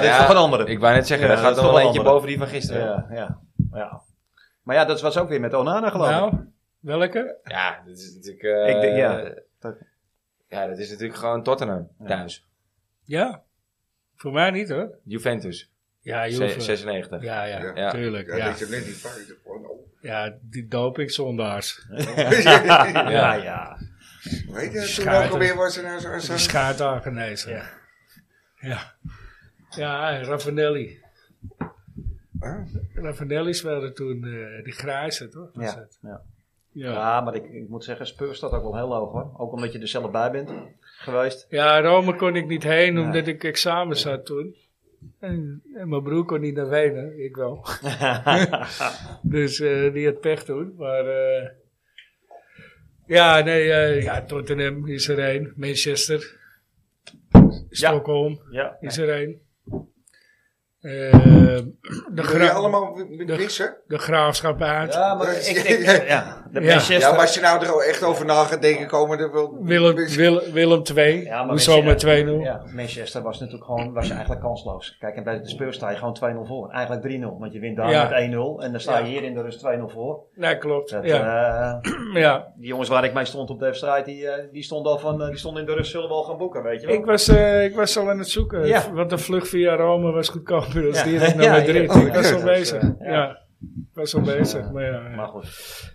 dit is
Ja,
toch een andere.
Ik wou net zeggen,
Ja,
daar gaat
dat is
toch wel
wel
eentje
andere.
boven die van gisteren. Ja,
Ja, ja, ja. Maar ja, dat was ook weer met Onana geloof ik.
Nou, welke?
dat is natuurlijk... eh,
Ik denk, ja.
ja, dat is natuurlijk gewoon Tottenham thuis.
Ja, voor mij niet hoor.
Juventus,
Ja,
ze-
Juve.
96.
Ja, ja,
Ja.
tuurlijk.
Ja,
Ja, ja.
dat je net die vijfde gewoon oh.
die dopingzondaars.
Ja.
ja, ja.
Weet je, toen
Schaarten.
ook alweer was er nou zo- zo-
Die schaart aangenezen. Ja. Ja, ja en Ravanelli.
Huh?
Ravanelli speelde toen eh, die grijze, toch? Was
Ja,
het?
ja.
ja.
ja, maar ik, ik moet zeggen, Spurs staat ook wel heel hoog hoor. Ook omdat je er zelf bij bent geweest.
(laughs) Ja, Rome kon ik niet heen
Nee.
omdat ik examen zat toen. En, en mijn broer kon niet naar Wenen, ik wel. Dus eh, die had pech toen. Maar eh, ja, nee, eh, ja, Tottenham is er één. Manchester. Stockholm
ja.
is er één. Ehm, de,
Die
gra-
wil je allemaal w- w-
de-
wissen?
de graafschap uit.
Ja, maar ik, ik, ik- ja, de
Ja.
Manchester.
Ja, maar als je nou er echt over na gaat denken, komen er wel...
Willem, Willem, Willem 2.
Ja, maar
Hoezo met 2-0?
Manchester- Ja, Manchester was natuurlijk gewoon, was je eigenlijk kansloos. Kijk, en bij de Spurs sta je gewoon 2-0 voor. Eigenlijk 3-0, want je wint daar
Ja.
met 1-0. En dan sta je
Ja.
hier in de rust 2-0 voor.
Nee, klopt.
Dat,
ja.
eh,
ja.
die jongens waar ik mee stond op de website, die, eh, die stonden al van, eh, die stonden in de rust, zullen we al gaan boeken, weet je wel.
Ik was, eh, ik was al aan het zoeken,
Ja.
want de vlucht via Rome was goedkoper dan
Ja. (laughs)
die naar
Ja,
Madrid.
ja.
ik was al
Ja.
bezig.
Dus, eh,
ja.
ja.
was al bezig. Maar ja,
Maar goed.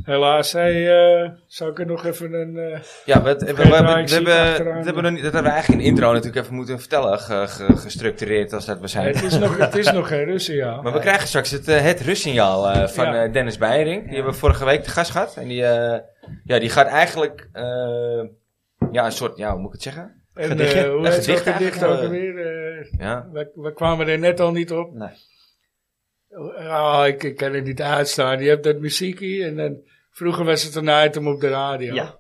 helaas. Hey, eh, zou ik er nog even een...
(laughs)
eh,
Ja, we, we, we- we-
Vergeet
we-
nou, ik
we
zie het
hebben,
achteraan.
dat, hebben we nog niet- dat hebben we eigenlijk in de intro natuurlijk even moeten vertellen, ge- ge- gestructureerd als dat we zijn.
het, is nog, het is nog geen rustsignaal.
(laughs) Maar we krijgen straks het, eh, het rustsignaal eh, van
Ja.
eh, Dennis Beiring. Die hebben we vorige week te gast gehad. En die, eh, ja, die gaat eigenlijk eh, ja, een soort, ja, hoe moet ik het zeggen?
En
Gedicht-
eh, hoe
een
heet zo'n
gedicht
gedicht
eigenlijk,
ook
eh,
alweer? eh,
Ja.
we, we kwamen er net al niet op.
Nee.
Oh, ik, ik kan het niet uitstaan. Je hebt dat muziekje en dan... Vroeger was het een item op de radio.
Ja.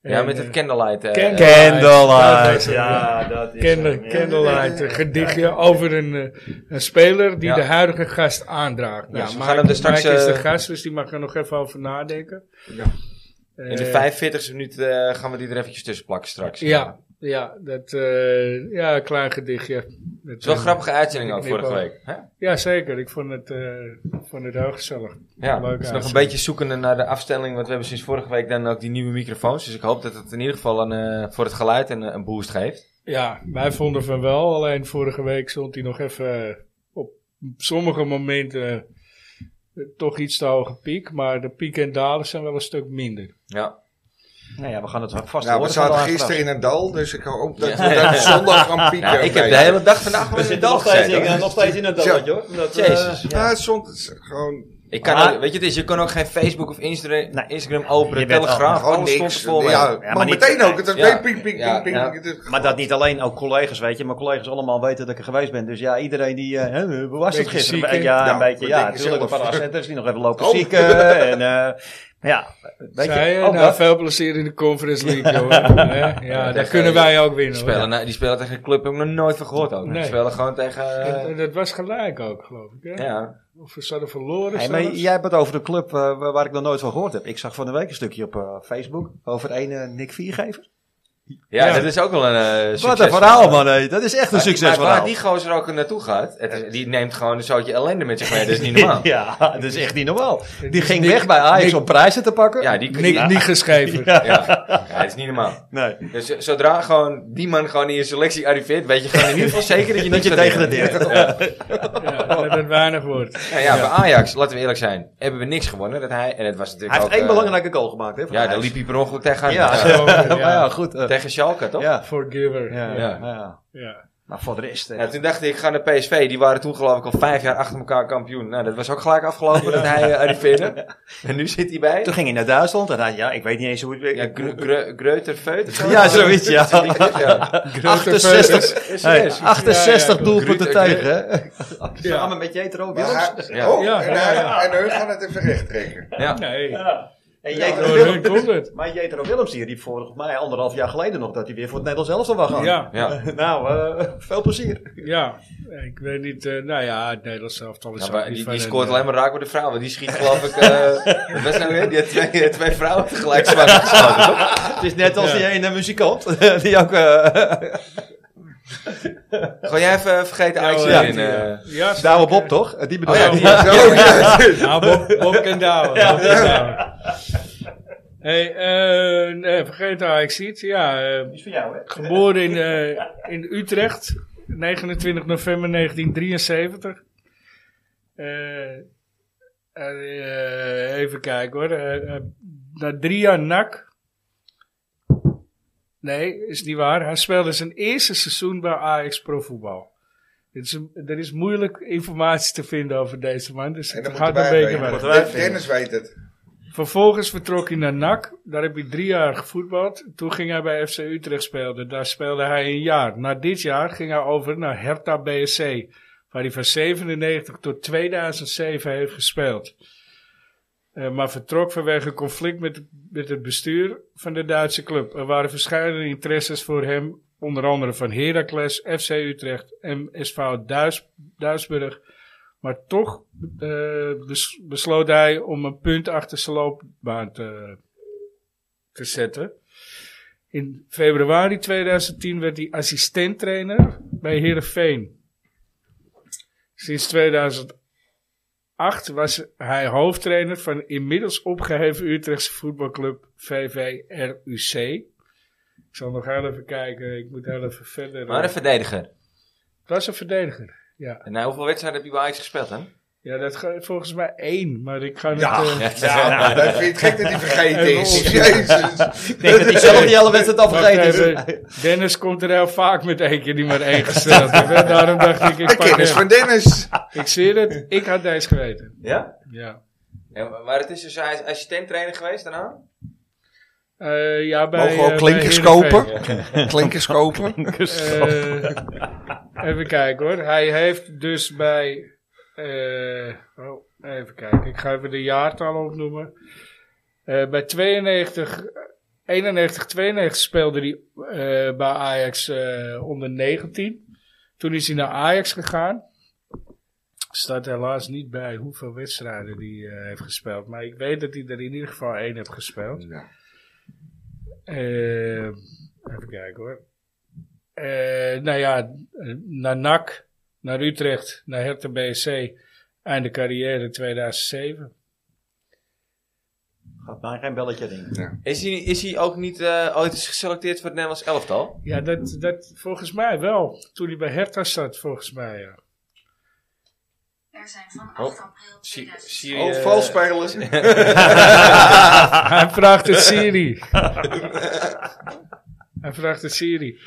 ja,
En,
met
eh,
het candlelight. eh,
Candlelight. Dat
Candlelight.
is het, ja.
Ja, dat is
Candle-
hem, ja.
Candlelight, een gedichtje over een, eh, een speler die
Ja.
de huidige gast aandraagt. Nou,
Ja, we gaan hem er straks,
Mike is de
eh,
gast, dus die mag er nog even over nadenken.
Ja.
in de
Eh,
45 e minuut eh, gaan we die er eventjes tussen plakken straks.
Ja, ja, dat, eh, ja, een klein gedichtje. Dat,
Het is wel
eh,
een grappige uitzending ook
Ik knip
vorige
ook.
week. Hè?
Ja, zeker. Ik vond het, eh, ik vond het heel gezellig.
Ja,
Leuke
het is nog een
uitzending.
beetje zoekende naar de afstelling, want we hebben sinds vorige week dan ook die nieuwe microfoons. Dus ik hoop dat het in ieder geval een, eh, voor het geluid een, eh, een boost geeft.
Ja, wij vonden van wel. Alleen vorige week stond hij nog even eh, op sommige momenten eh, toch iets te hoge piek. Maar de pieken en dalen zijn wel een stuk minder.
Ja,
Nou ja, we gaan het vast
Nou, we
horen van
zaten
de
gisteren
luisteraars.
in een dal, dus ik hoop dat
Ja.
we dat zondag gaan pieken.
Nou, ik heb de hele dag vandaag gewoon in
We
de
zitten
dal
nog steeds in,
gezeten. hoor.
eh, nog steeds in het
Ja.
doodje hoor. Dat, eh,
Jezus.
Ja,
ja.
het stond het is gewoon...
Ik kan
Maar-
ook- weet je, het is, je kan ook geen Facebook of Instra-
Nee.
Instagram openen,
Je bent
Telegram,
Gewoon
alles stond
niks.
vol.
Ja,
hè.
maar,
maar niet-
meteen ook. Het is
Ja.
meteen ping, ping,
Ja,
ping, ping.
ja.
Het is-
Maar dat niet alleen, ook collega's, weet je. Mijn collega's allemaal weten dat ik er geweest ben. Dus ja, iedereen die... eh, hè, hoe was het
Beetje
gisteren?
ziek, hè?
ja,
Nou,
Ja,
een beetje.
dat
Ja,
denk je
natuurlijk. Een
zelf.
paar ascenters die nog even lopen
Oh.
zieken. En, eh, ja, weet je. oh,
Zij, eh,
ook
nou,
dat.
veel plezier in de Conference League, joh. Hè? ja, daar
tegen-
kunnen wij ook winnen.
Die
hoor.
spelen, nou, die spelen tegen een club, heb ik nog nooit van gehoord ook. Die
Nee.
spelen gewoon tegen...
En,
eh,
en dat was gelijk ook, geloof ik. Hè?
ja.
Of we zouden verloren
Hey, maar
zelfs.
jij hebt het over de club eh, waar- waar ik nog nooit van gehoord heb. Ik zag van de week een stukje op eh, Facebook over een eh, Nick Viergever.
Ja,
Ja.
dat is ook wel een eh,
Wat
succesverhaal.
een verhaal, man. hé. Dat is echt een
Maar- Maar
succesverhaal.
waar die gozer ook naartoe gaat, het is- die neemt gewoon een zootje ellende met zich mee. Dat is
(laughs)
niet normaal.
(laughs) Ja, dat is echt niet normaal. Die
is
ging
dus Nick-
weg bij Ajax
Nick-
om prijzen te pakken.
Ja, die...
Nick,
ja.
niet geschreven.
Ja.
Ja. ja, het is niet normaal.
Nee.
Dus eh, zodra gewoon die man gewoon in je selectie arriveert, weet je gewoon in ieder geval zeker dat je
(laughs) Dat
niet
je degradeert.
Ja.
Ja, dat het weinig wordt.
Nou ja, bij Ajax, laten we eerlijk zijn, hebben we niks gewonnen. Dat hij, en het was
Hij
natuurlijk
heeft
ook,
één
eh,
belangrijke goal gemaakt. Hè, voor
Ja, daar
Ajax.
liep hij per ongeluk tegenaan.
(laughs) Ja,
Ja. (laughs)
ja.
Ja.
maar ja, goed. eh,
Tegen Schalke, toch?
ja.
Forgiver.
Ja,
Ja.
ja.
Ja.
Maar voor de rest... eh,
Ja, toen dacht ik, ik ga naar PSV. Die waren toen geloof ik al vijf jaar achter elkaar kampioen. Nou, dat was ook gelijk afgelopen dat hij eh, arriveerde. En nu zit hij bij...
Toen ging hij naar Duitsland en hij, ja, ik weet niet eens hoe het...
Ja, Gre- Gre- Greuterveut of zo?
Ja, zoiets, ja.
ja.
68, hey,
serieus.
68
Ja, ja,
doelpunten
Gruter-
tegen, hè?
Ja.
Samen met Jetro
Maar
Willems.
hij-
Ja.
Oh,
Ja,
en,
ja,
hij-
ja.
en hun gaan het even recht trekken.
Ja.
Nee.
Ja. En Jetro
Door hun
Willems...
komt het.
Maar Jetro Willems die riep volgens mij anderhalf jaar geleden nog dat hij weer voor het Nederlands elftal wou gaan.
Ja,
Ja.
(laughs) Nou, eh, veel plezier.
ja. Ik weet niet, eh, nou ja, het Nederlands elftal is
Ja,
ook
maar
niet
die,
van
die
een,
scoort
eh,
alleen maar raak met de vrouwen. Die schiet geloof ik... eh best nou weer? Die had twee, twee vrouwen tegelijk zwaar geschoten, toch?
Het is net als
Ja.
die ene muzikant (laughs) die ook... eh,
Gewoon jij even vergeten Ajax
Oh,
ja,
ja,
in. eh,
Ja, zeker.
Douwe Bob, toch? Eh, Die bedoel
Oh ja,
ik.
die- eh, Ja.
Zo, ja.
Nou, Bob, Bob en Douwe. Bob en Douwe. Hey, eh, nee, vergeet Ajax niet. Ja, eh,
Die is van jou, hè?
geboren in, eh, in Utrecht, 29 november 1973. Eh, eh, even kijken hoor. Eh, eh, na drie jaar NAC. Nee, is niet waar. Hij speelde zijn eerste seizoen bij Ajax profvoetbal. Dit is een- Er is moeilijk informatie te vinden over deze man, dus
En
het
dan
gaat
moeten
een
wij
beetje
weten.
weg.
Moeten wij
Dennis weet het.
Vervolgens vertrok hij naar NAC. Daar heb hij drie jaar gevoetbald. Toen ging hij bij FC Utrecht spelen. Daar speelde hij een jaar. Na dit jaar ging hij over naar Hertha BSC. Waar hij van 97 tot 2007 heeft gespeeld. Eh, maar vertrok vanwege conflict met, met het bestuur van de Duitse club. Er waren verschillende interesses voor hem. Onder andere van Heracles, FC Utrecht, MSV Duis, Duisburg. Maar toch eh, bes- besloot hij om een punt achter zijn loopbaan te, te zetten. In februari 2010 werd hij assistenttrainer bij Herenveen. Sinds 2008 was hij hoofdtrainer van inmiddels opgeheven Utrechtse voetbalclub VVRUC. Ik zal nog heel even kijken, ik moet heel even verder.
maar een verdediger.
Het was een verdediger, ja.
Nou, hoeveel wedstrijden heb je bij Ajax gespeeld, hè?
Ja, dat gaat volgens mij één, maar ik ga het...
Ja,
eh,
ja, nou, dat vind ik gek dat hij vergeten is. Jezus.
Ik denk dat hij zelf die hele wedstrijd al
wacht
vergeten is.
even. Dennis komt er heel vaak met één keer die maar
(laughs)
één gesteld heeft. hè. Daarom dacht ik,
De
ik pak
kennis
hem.
dus van Dennis.
Ik zie het, ik had deze geweten.
Ja?
Ja,
Ja, maar het is dus hij is assistent trainer geweest daarna?
Eh ja bij,
Mogen we ook
eh,
klinkers
bij Heerenveen.
kopen?
(laughs)
Klinkers kopen.
Eh, even kijken hoor. Hij heeft dus bij. eh, oh, even kijken. Ik ga even de jaartallen opnoemen. Eh, bij 92, 91, 92 speelde hij eh, bij Ajax eh, onder 19. Toen is hij naar Ajax gegaan. Staat helaas niet bij hoeveel wedstrijden hij eh, heeft gespeeld. Maar ik weet dat hij er in ieder geval één heeft gespeeld. Eh, even kijken hoor. Eh, nou ja, eh, naar NAC, naar Utrecht, naar Hertha BSC. Einde carrière 2007.
Gaat mij geen belletje ding.
Is hij, is hij ook niet eh, ooit eens geselecteerd voor het Nederlands elftal?
Ja, dat, dat volgens mij wel. Toen hij bij Hertha zat, volgens mij ja.
Er zijn van
Oh,
8 april
Sy-
2000.
Syrië-
Oh, valspelers.
Hij vraagt het Siri. hij vraagt het Siri.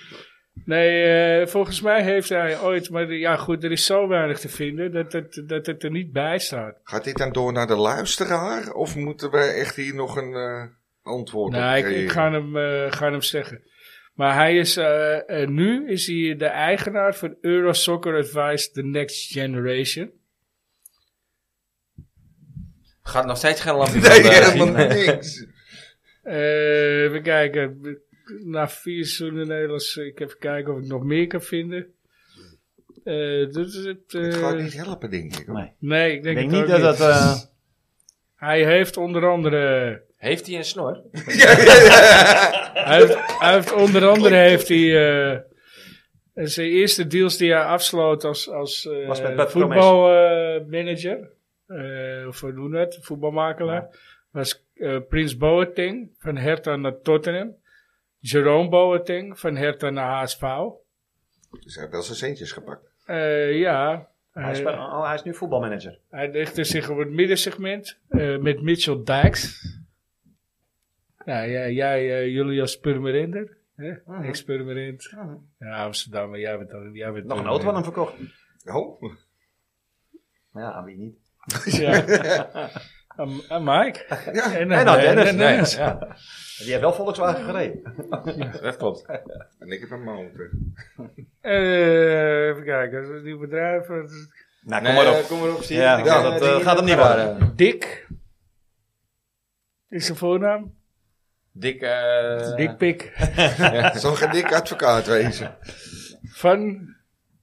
Nee, eh, volgens mij heeft hij ooit, maar ja goed, er is zo weinig te vinden dat het, dat het er niet bij staat.
Gaat dit dan door naar de luisteraar? Of moeten we echt hier nog een eh, antwoord op
Nou, ik, ik
creëren?
ga, hem, eh, ga hem zeggen. Maar hij is, eh, eh, nu is hij de eigenaar van Eurosoccer Advice The Next Generation.
Gaat nog steeds geen lampje
Nee,
van, eh, zien.
helemaal niks.
Eh even kijken. Na vier seizoenen Nederlands, ik even kijken of ik nog meer kan vinden. Eh, dit is het, eh,
Het gaat niet helpen, denk ik. hoor.
Nee.
nee, ik
Ik
denk,
denk
het
niet
ook
dat dat...
(laughs)
eh,
Hij heeft onder andere...
Heeft hij een snor?
Hij heeft, hij heeft onder andere heeft hij, eh, zijn eerste deals die hij afsloot als, als eh,
Was met Bud
voetbalmanager. eh of hoe noem je dat? Voetbalmakelaar. Was eh, Prins Boateng van Hertha naar Tottenham. Jerome Boateng van Hertha naar HSV.
Ze hebben wel zijn centjes gepakt.
Eh, ja, Eh,
hij, is,
hij,
bij- oh, hij is nu voetbalmanager.
hij richtte zich op het middensegment eh, met Mitchell Dijks. Nou, jij, jij eh, jullie als Purmerender. hè? Ex-Purmerend. Ja, Amsterdam, maar jij bent dan... Jij bent
Nog een
dan- eh,
auto aan hem verkocht.
Oh,
Ja, wie niet.
Ja. Aan- aan Mike.
ja.
En,
En
aan
dan
Dennis.
Dennis.
Nee,
Nee.
ja,
Die heeft wel Volkswagen gereden.
dat klopt.
En ik heb een motor.
Eh, even kijken, dat is een nieuw bedrijf. dat is-
Nou, kom
Nee,
maar op.
Kom maar op, zie je.
Ja,
Ik,
ja,
eh,
dat,
die-
eh, gaat hem niet worden.
Dick. Is zijn voornaam?
Dik, eh,
Dick Pik.
Zo'n gedik advocaat wezen.
Van...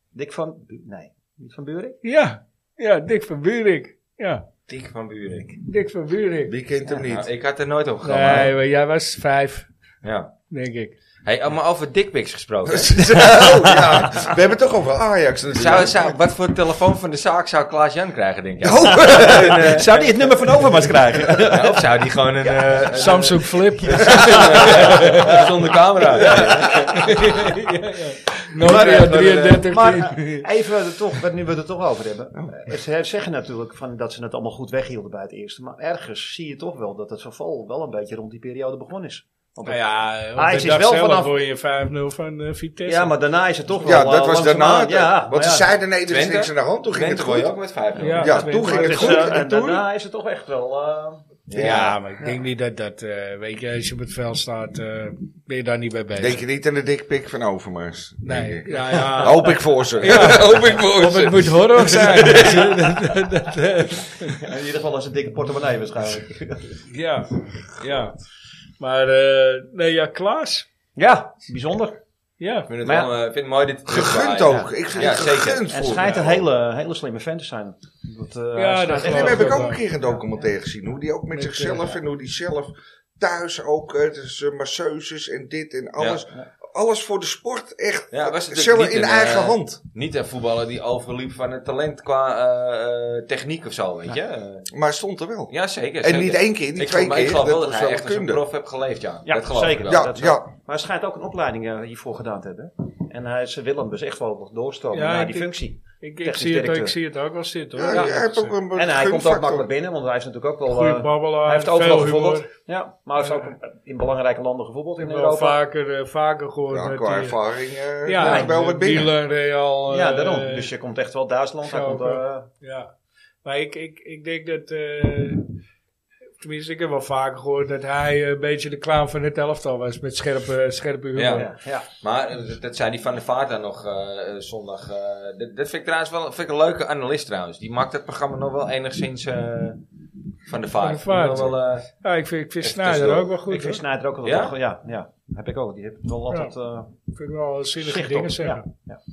Dick van... Nee. Niet van Buren?
Ja. Ja, Dick van Buurik. Ja,
Dik van Buren.
Dick van Buurik.
Wie kent hem niet? (laughs)
Nou, ik had er nooit over
Nee,
gegaan. maar-
maar jij was vijf,
Ja.
denk ik.
Hey, oh, maar over dickpics (laughs) gesproken.
Zo, ja. We hebben het toch over Ajax
Zou,
natuurlijk.
zou, wat voor telefoon van de zaak zou Klaas-Jan krijgen, denk jij?
Oh,
Zou die het nummer van Overmars
(laughs)
krijgen?
(laughs) Ja, of zou die gewoon een... eh, (laughs) een-
Samsung Flip.
eh, zonder camera. (laughs)
Nokia 33.
eh, Maar eh, even er toch, wat nu we het er toch over hebben.
Oh.
Eh, Ze zeggen natuurlijk van dat ze het allemaal goed weghielden bij het eerste. Maar ergens zie je toch wel dat het verval wel een beetje rond die periode begonnen is. Want
Nou ja, op
Ajax
de
is
dag
wel
zelf
vanaf-
word je 5-0 van eh, Vitesse.
ja, maar daarna is het toch wel...
ja, dat
eh,
was daarna.
langzaamaan-
het.
Ja,
Want ze
maar ja.
zeiden nee, er is
Twente?
niks aan de hand. Toen ging het
Twente won je
goed.
ook met 5
Ja.
Ja,
Twente.
toen ging het
Dus,
goed.
eh, en
En toen?
daarna is het toch echt wel... eh,
Ja, maar ik denk niet dat dat, eh, weet je, als je op het veld staat, eh, ben je daar niet bij bezig.
Denk je niet aan de dikpik van Overmars?
nee,
Denk ik.
ja,
(laughs)
ja.
Hoop ik voor ze. Hoop ik voor
Of het
ze.
moet horror zijn.
in ieder geval als een dikke portemonnee waarschijnlijk.
(laughs) ja, ja. Maar, eh, nee, ja, Klaas.
Ja, bijzonder.
Ja,
Ik vind het,
Maar ja.
wel, eh, ik vind het mooi dit
Gegund
Ja,
ook.
ja.
Ik vind
Ja,
het
zeker.
gegund
En
voor
schijnt
ze.
een hele, hele slimme fan te zijn. Dat, eh, hij schijnt
dat
echt
En
geloof
dat
wel-
heb ik
ook
ook
wel.
een keer een documentaire gezien. Hoe die ook met
Met,
zichzelf en hoe die zelf thuis ook, eh, dus eh, masseuses en dit en alles.
Ja.
Alles voor de sport echt.
Ja, was het
zelf
niet
in
een,
eigen
eh,
hand.
Niet een voetballer die overliep van het talent qua eh, eh, techniek of zo, weet je. Eh,
Maar hij stond er wel.
Ja, zeker.
en
zeker.
niet één keer, niet
ik,
twee
geloof- maar
keer.
ik geloof wel dat
was
hij
wel
echt als een
kunde.
prof heeft geleefd, ja.
Ja,
dat geloof
zeker.
ik wel.
Ja,
Dat wel.
ja.
Maar hij schijnt ook een opleiding eh, hiervoor gedaan te hebben. En hij, ze willen hem dus echt wel nog doorstomen
Ja,
naar
ik
die
denk-
functie.
Ik, ik,
Technisch
zie het, ik
directeur.
zie het ook wel zitten hoor.
Ja,
Ja,
hij heeft ook een
En hij komt ook
gunfactor.
makkelijk binnen, want hij is natuurlijk ook wel...
Goeie
eh,
babbelaar,
hij heeft overal
veel humor.
gevoetbald. Ja, maar hij heeft ook in belangrijke landen gevoetbald
Ik
in
heb wel
Europa.
vaker, eh, vaker gehoord.
Ja,
met
qua
die-
ervaring eh
ja,
ja,
en,
wel
eh,
wat binnen.
Milan, Real.
ja,
eh,
daarom. dus je komt echt wel Duitsland. Hij
zo
komt,
ook,
eh,
Ja, maar ik, ik, ik denk dat. eh, tenminste, ik heb wel vaker gehoord dat hij eh, een beetje de clown van het elftal was. Met scherpe, scherpe humor.
Ja.
ja, ja.
Maar eh, dat- dat zei die Van der Vaart dan nog eh, eh, zondag. eh, dat, dat vind ik trouwens wel vind ik een leuke analist trouwens. Die maakt dat programma nog wel enigszins eh, Van der Vaart.
der Vaart.
Nog wel, eh,
Ja, ik vind, ik vind
Echt
Snyder
tussendoor.
ook wel goed.
ik vind
hoor.
Snyder ook wel...
Ja?
Ja? Ja, heb ik ook. Die heeft wel altijd... eh
Ik vind wel zinnige
zicht op.
dingen zeggen.
Ja, ja.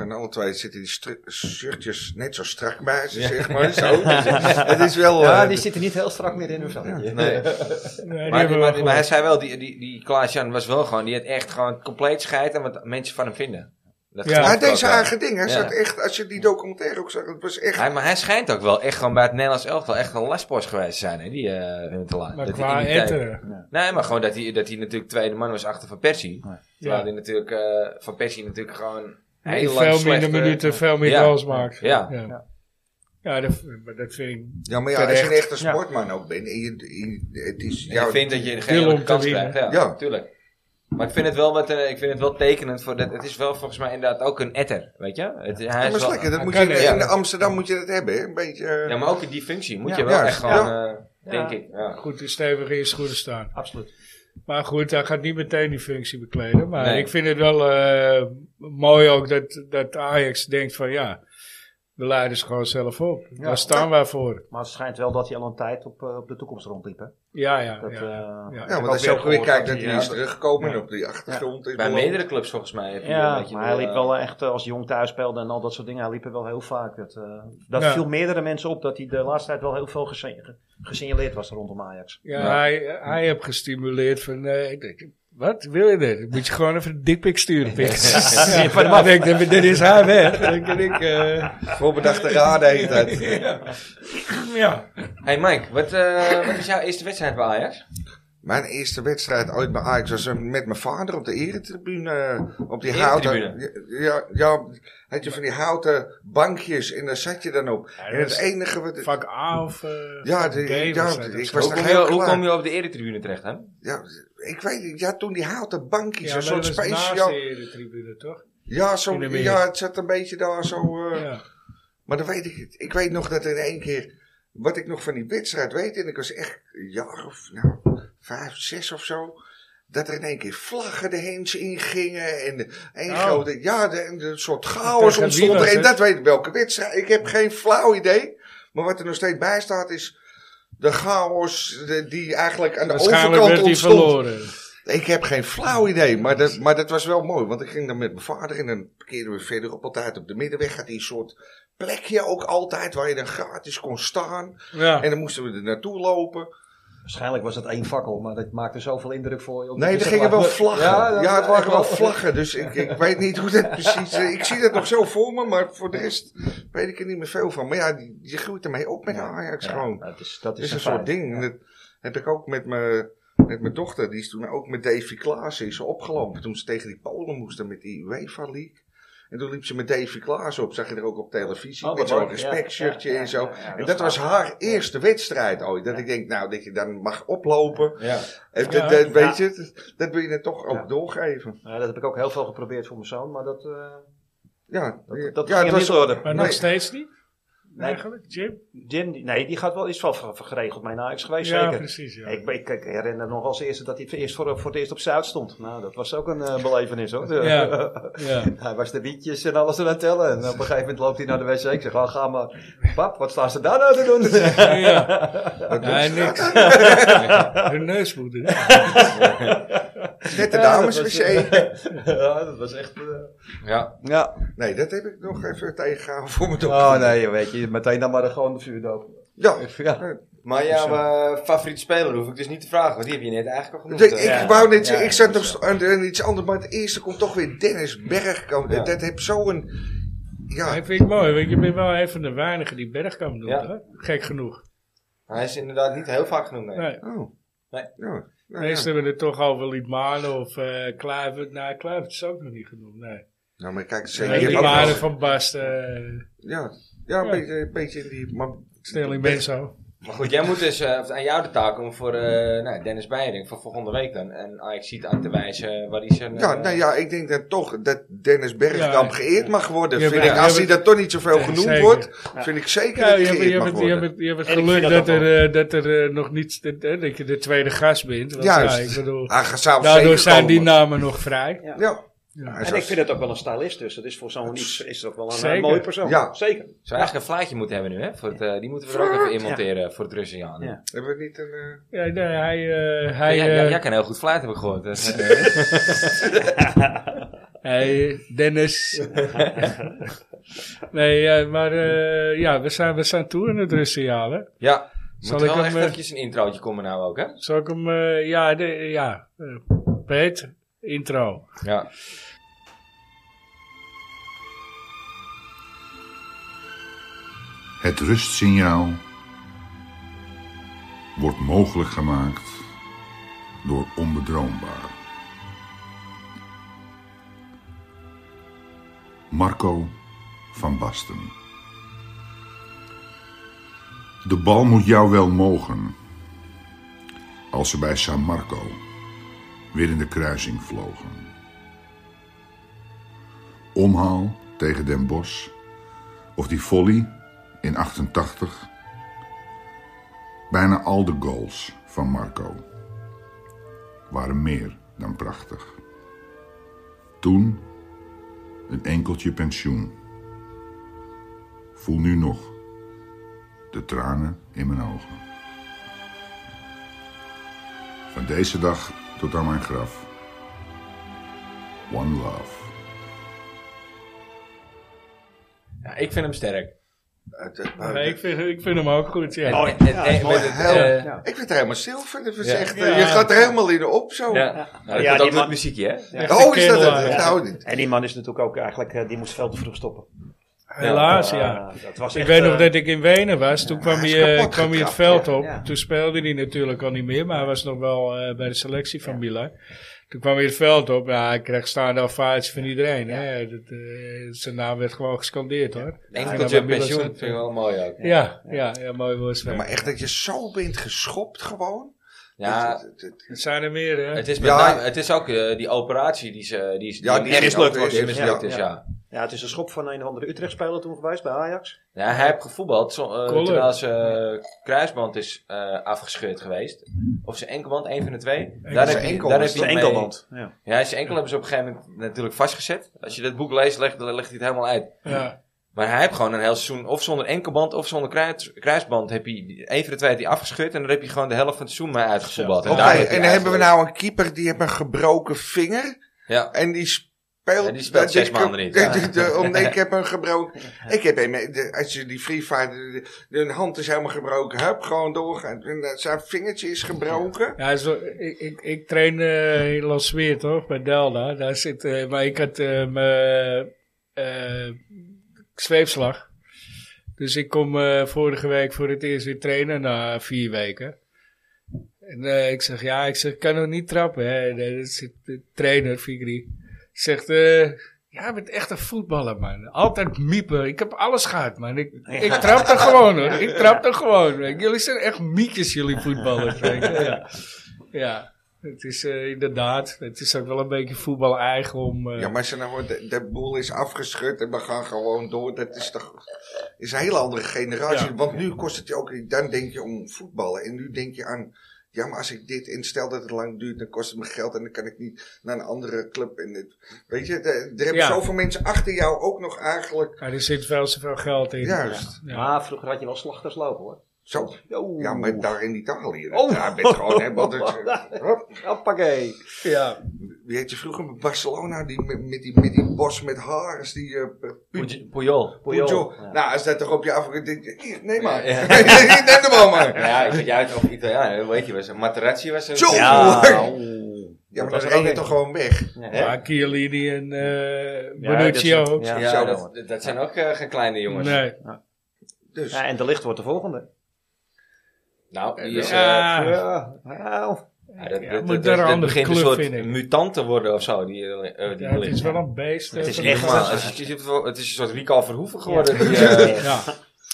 En alle twee zitten die stri- shirtjes net zo strak bij ze, zeg
(laughs)
maar. Zo. het is wel... eh,
Ja, die zit er niet heel strak meer in hun zak.
nee.
Nee, die
Maar,
hebben
maar,
we wel
maar hij
gehoord.
zei wel, die, die, die Klaas-Jan was wel gewoon, die had echt gewoon compleet scheid aan wat mensen van hem vinden. Dat
Ja.
geloof
maar
ik ook
deze
wel.
eigen ding, hè,
Ja.
zat echt, als je die documentaire ook zag, het was echt...
Hij, maar hij schijnt ook wel echt gewoon bij het Nederlands elftal echt een lastpost geweest te zijn, hè, die eh hun te laten.
Maar
dat hij
qua
in die tijd-
etteren.
Nee, maar gewoon dat hij, dat hij natuurlijk tweede man was achter Van Persie. Terwijl
Ja.
hij natuurlijk, eh, Van Persie natuurlijk gewoon heel lang
Veel
slechte-
minder minuten, veel meer
Ja.
goals maakt.
Ja.
ja. Ja, dat, maar dat vind ik
Ja, maar ja, als je een
Terecht.
echte
Ja.
sportman ook bent, en je, je- het is...
Ja,
Ja,
ik vind dat je
Wil
geen
om
andere
te
kans
winnen.
krijgt. Ja,
Ja.
tuurlijk. Maar ik vind het wel, wat, eh, ik vind het wel tekenend. Voor dat, het is wel volgens mij inderdaad ook een etter, weet je? Het, hij
Ja,
is
maar is
wel-
lekker, dat
hij
moet
kan
je,
het,
in
ja.
Amsterdam moet je dat hebben, hè, een beetje... eh,
Ja, maar ook in die functie moet
Ja,
je wel
juist,
echt gewoon, eh,
Ja.
denk ik. Ja.
goed stevig in je schoenen staan.
Absoluut.
Maar goed, hij gaat niet meteen die functie bekleden. Maar
Nee.
ik vind het wel eh, mooi ook dat, dat Ajax denkt van ja, we leiden ze gewoon zelf op.
Ja.
Daar staan wij voor.
Maar het schijnt wel dat hij al een tijd op, eh, op de toekomst rondliep. Hè?
Ja, ja.
Dat, eh,
ja.
ja.
Ja,
eh, ja,
heb
want als
ook
je ook weer
gehoord
kijkt
dat
dat hij
hij-
is teruggekomen
Ja.
en op die achtergrond... is
Bij
beland.
meerdere clubs volgens mij. heb je wel een
Ja,
beetje
maar hij
de,
liep
eh,
wel echt eh, als jong thuis speelde en al dat soort dingen. Hij liep er wel heel vaak. Dat, eh, dat
Ja.
viel meerdere mensen op dat hij de laatste tijd wel heel veel gese- ge- gesignaleerd was rondom Ajax.
Ja,
Ja.
Hij, hij heeft gestimuleerd van, eh, ik denk, wat wil je dit? Moet je gewoon even een dikpik sturen, (laughs) pik. ja,
Van hem
maar ik denk, dit- dit is hij weg. Dan denk ik, eh,
Voorbedachte raden
(laughs)
heet dat.
ja.
Hey Mike, wat, (laughs) eh, wat is jouw eerste wedstrijd bij Ajax?
Mijn eerste wedstrijd ooit bij Ajax was eh, met mijn vader op de eretribune. eh, Op die houten. Ja, ja, had je van die houten bankjes en daar zat je dan op. en
dat
het
is
enige wat.
Vak A of eh,
Ja,
vak
die-
B
ja,
was dat
ik
of zo.
was
Hoe
nog
kom, je,
heel
hoe
klein.
kom je op de eretribune terecht, hè?
Ja, ik weet niet, ja, toen die houten bankjes.
Ja,
een
maar dat
soort
was naast
speciaal.
de Eretribune, toch?
Ja,
in
zo,
de meer.
ja, het zat een beetje daar zo. eh,
Ja.
Maar dan weet ik het. Ik weet nog dat in één keer. Wat ik nog van die wedstrijd weet, en ik was echt een jaar of nou, vijf, zes of zo. Dat er in één keer vlaggen de heens ingingen. En de- een
Oh.
grote. Ja, de, en een soort chaos
Tegen
ontstond.
Wieland,
er.
hè?
En dat weet ik welke wedstrijd. Ik heb geen flauw idee. Maar wat er nog steeds bij staat is. De chaos de- die eigenlijk aan de
Waarschijnlijk
overkant
werd hij
ontstond.
verloren.
Ik heb geen flauw idee, maar dat, maar dat was wel mooi. Want ik ging dan met mijn vader en dan parkeerden we verderop altijd op de middenweg. Had hij een soort plekje ook altijd waar je dan gratis kon staan.
Ja.
En dan moesten we er naartoe lopen.
Waarschijnlijk was dat één fakkel, maar dat maakte zoveel indruk voor je.
Nee,
Dus
er
dat
gingen
lag-
wel vlaggen. Ja,
dat-
er waren wel
dat-
vlaggen. Dus ik, ik weet niet hoe dat precies... eh, Ik zie dat nog zo voor me, maar voor de rest weet ik er niet meer veel van. Maar ja, die- je groeit ermee op met Ajax
Ja,
gewoon.
dat is, dat
Het is
is
een
feit.
soort ding. En
Ja.
dat heb ik ook met mijn, met mijn dochter. Die is toen ook met Davy Klaassen is ze opgelopen. Toen ze tegen die Polen moesten met die UEFA League. En toen liep ze met Davy Klaassen op. Zag je er ook op televisie.
Oh, wat
met zo'n
leuk.
respectshirtje
Ja, ja,
en zo.
ja, ja, ja,
en
dat
dat was
gaaf.
haar eerste wedstrijd ooit. Dat ik denk, nou, dat je dan mag oplopen.
Ja.
En
Ja.
dat, dat- weet
Ja.
je, dat, dat wil je dan toch ook
Ja.
doorgeven.
Ja, dat heb ik ook heel veel geprobeerd voor mijn zoon, maar dat, eh,
Ja, ja,
dat, dat
ja,
ging hem niet worden.
Maar
Nee.
nog steeds niet?
Nee.
Eigenlijk, Jim?
Jim, die- nee, die gaat wel, is wel ver- geregeld mijn Ajax geweest,
Ja,
zeker.
precies. Ja.
Ik, ik, ik herinner nog als eerste dat hij voor- eerst voor, voor het eerst op Zuid stond. Nou, dat was ook een eh, belevenis hoor.
Ja.
(laughs)
ja.
(laughs) Hij was de wietjes en alles aan het tellen. En op een gegeven moment loopt hij naar de wc. Ik zeg, "Ah, ga maar. Pap, wat staan ze daar nou te (laughs) doen?
Ja, ja. Nee, niks. (laughs) Hun neusmoeder.
Net de
Ja,
dames
dat was,
wc.
(laughs) ja, dat was echt... eh,
Ja.
ja.
Nee, dat heb ik nog even tegengehouden voor mijn dochter.
Oh nee, weet je, meteen dan maar gewoon de vuurdoop.
Ja,
(laughs) Ja.
Maar jouw eh, favoriete speler hoef ik dus niet te vragen, want die heb je net eigenlijk al genoemd.
Ik,
eh.
ik wou net
Ja,
zeggen, ik
ja,
zat
dat
nog
is
st- aan, aan iets anders, maar het eerste komt toch weer Dennis Bergkamp.
Ja.
Dat heeft zo'n... Ja,
Dat vind ik mooi, want je bent wel een van de weinigen die Bergkamp doet.
Ja.
Hè? Gek genoeg.
Hij is inderdaad niet heel vaak genoemd, nee.
Nee.
oh.
Nee.
Ja.
De meesten hebben het toch over Liedmanen of eh Kluivert. Nou, Kluivert is ook nog niet genoemd, nee.
Nou, maar kijk, ze
Eh,
hebben hier ook
Liedmanen
wel-
van eh, Basten,
Ja, ja, een
Ja.
Beetje, een beetje in die... Maar,
Sterling Benzo.
Maar goed, jij moet dus eh, of aan jou de taak om voor eh, nou, Dennis Beiring voor volgende week dan. En Ajax ziet aan te wijzen waar hij zijn.
ja,
eh,
nou ja, ik denk dan toch dat Dennis Bergkamp
Ja.
geëerd mag worden.
Ja,
vind
maar-
ik, als
ja,
hij
maar-
dat toch niet zoveel
Ja,
genoemd
zeker.
wordt,
Ja.
vind ik zeker
Ja,
dat
je
hij
hebt, je
geëerd mag
hebt, je
worden.
hebt, je hebt
En ik
geluk
vind
dat,
dat
er,
ook
eh, dat er eh, nog niet, dat, eh, dat je de tweede gast bent. Want,
Juist.
ja, ik bedoel,
Ah, ge- zou
daardoor
zeker
zijn die
komen.
namen nog vrij.
Ja.
Ja.
Ja.
Hij
En
zou-
ik vind het ook wel een stylist, dus dat is voor zo'n iets is dat wel een,
Zeker.
eh, mooi persoon.
Ja.
Zeker.
Zou eigenlijk een flaatje moeten hebben nu, hè? Voor het, eh, die moeten we er ook even in monteren voor het Russiaan.
Ja.
Hebben we niet een... eh,
Ja, nee, hij, eh,
Ja,
hij,
jij- jij-
eh,
jij kan heel goed fluiten, heb ik gehoord.
(laughs)
(laughs) Dus, eh,
Hey, Dennis. nee, eh, maar eh, ja, we zijn, we zijn toe in het Russiaal, hè?
ja,
Zal
moet
ik
wel
hem,
echt
eh,
eventjes een introotje komen nou ook, hè?
Zal ik hem... eh, ja, de, ja. eh, Peet, intro.
Ja.
Het rustsignaal wordt mogelijk gemaakt door onbedroombaar. Marco van Basten. De bal moet jou wel mogen. Als ze bij San Marco weer in de kruising vlogen. Omhaal tegen Den Bosch of die volley in 88. Bijna al de goals van Marco waren meer dan prachtig. Toen een enkeltje pensioen. Voel nu nog de tranen in mijn ogen. Van deze dag tot aan mijn graf. One love.
ja. Ik vind hem sterk.
uit het-
Nee, ik, vind, ik vind hem ook goed, ja.
En- en- en-
mooi.
met het,
Heel-
eh,
Ja.
Ik vind het helemaal zilver. Dat is
Ja.
echt,
Ja.
Je gaat er helemaal in op zo.
Ja, Nou, dat
Ja,
komt
die
ook door het
man-
muziekje, hè?
Echt een
Oh, is dat
kerel,
het?
eh,
Dat hou ik niet.
En die man is natuurlijk ook eigenlijk, eh, die moest veel te vroeg stoppen.
Helaas,
Eh,
ja.
dat was
Ik
echt,
weet nog
eh,
dat ik in Wenen was. Toen kwam
hij
hij,
is
eh,
kapot
kwam hij het
getrapt,
veld
ja,
op.
ja.
Toen speelde hij natuurlijk al niet meer, maar hij was nog wel eh, bij de selectie van Milan. Toen kwam hij het veld op. Ja, hij kreeg staande ovaties van iedereen. Hè. Dat, eh, zijn naam werd gewoon gescandeerd, hoor.
Enkeltje
Ja,
pensioen
dat-
vind ik wel mooi ook.
Ja, ja, ja, mooi woordspel.
Ja, maar echt dat je zo bent geschopt gewoon.
Ja,
Dat- dat- dat-
Er zijn er meer, hè?
het is, met
Ja.
name- het is ook eh, die operatie die ze... Die, is-
Ja, die
echt
is mislukt
ook-
is.
die mislukt
Ja,
is,
ja.
ja.
Ja, het is een schop van een of andere Utrecht-speler toen geweest bij Ajax.
Ja, hij heeft gevoetbald zo- eh,
Koller.
terwijl zijn eh, kruisband is eh, afgescheurd geweest. Of zijn enkelband, één van de twee.
Zijn
heb je-
enkel,
daar heb
zijn
je mee-
Ja.
Ja, zijn enkel hebben ze op een gegeven moment natuurlijk vastgezet. Als je dat boek leest, legt, legt hij het helemaal uit.
Ja.
Maar hij heeft gewoon een heel seizoen, of zonder enkelband of zonder kruis- kruisband, heb hij één van de twee heeft hij afgescheurd. En dan heb je gewoon de helft van het seizoen mee uitgevoetbald.
Oké,
daar heeft hij
en dan hebben we
eigenlijk-
nou een keeper die heeft een gebroken vinger.
Ja.
En die speelt...
Ja, die speelt
dat-
zes
die-
maanden niet.
Ja. die- de- om- nee, ik heb hem gebroken. Ik heb hem, de- als je die free fight, de- de- hun hand is helemaal gebroken. Hup, gewoon doorgaan. En, eh, Zijn vingertje is gebroken.
Ja, zo, ik, ik, ik train eh in Las Weer, toch? Bij Delta. Daar zit, eh, maar ik had eh, mijn eh, zweepslag. Dus ik kom eh, vorige week voor het eerst weer trainen na vier weken. En eh, ik zeg, ja, ik zeg, ik kan nog niet trappen. Hè. En, eh, er zit de trainer, Figri. Zegt, eh ja, je bent echt een voetballer, man. Altijd miepen. Ik heb alles gehad, man. Ik, ik trap er gewoon, hoor. Ik trap er gewoon. weet je. Jullie zijn echt mietjes, jullie voetballers. weet je. Ja, ja. het is eh, inderdaad. Het is ook wel een beetje voetbal eigen om... eh,
Ja, maar als je nou hoort, de, de boel is afgeschud en we gaan gewoon door. Dat is toch is een hele andere generatie.
Ja.
Want nu kost het je ook, dan denk je om voetballen. En nu denk je aan, ja, maar als ik dit en stel dat het lang duurt, dan kost het me geld en dan kan ik niet naar een andere club. En het, weet je, de- er hebben
Ja.
zoveel mensen achter jou ook nog eigenlijk.
ja, er zit wel zoveel geld in.
Juist.
Ja.
Maar vroeger had je wel slachters lopen hoor.
Zo.
Yo.
Ja, maar daar in Italië.
Oh.
Daar ben je gewoon, hè, want
(laughs)
(laughs)
het- hop.
Hoppakee.
Ja.
Wie had je vroeger met Barcelona, die, met, met die, met die bos met haares, die eh,
Puj- Puyol.
Puyol.
Puyol.
Ja.
Nou, als dat toch op je af... Neem maar. (laughs)
Ja.
Neem de bal
(laughs)
maar.
Ja, ik vind jij het over Italiaan, weet je, was een Materazzi was een...
Zo!
Ja.
Nou, Ja, maar
Dat was
dan ren
er ook
je
een.
toch gewoon weg.
Hè?
Maar Chiellini en eh
Ja,
Bonucci
dat is-
ook.
ja.
Ja,
Zo.
dat, dat zijn ook eh, geen kleine jongens.
Nee.
Dus,
Ja, en de licht wordt de volgende.
Nou, die is... eh,
Ja.
Ja, nou.
Ja, dat,
Ja,
dat,
moet
dat,
daar
dat
een andere
begint een
club,
soort
vind ik.
mutant te worden of zo. Die, eh, eh, die
Ja, het is
ligt.
wel een beest.
Het is
eh,
Echt
Ja.
waar. Het is, het is- het is een soort Rico Verhoeven geworden. die,
Ja.
eh,
Ja,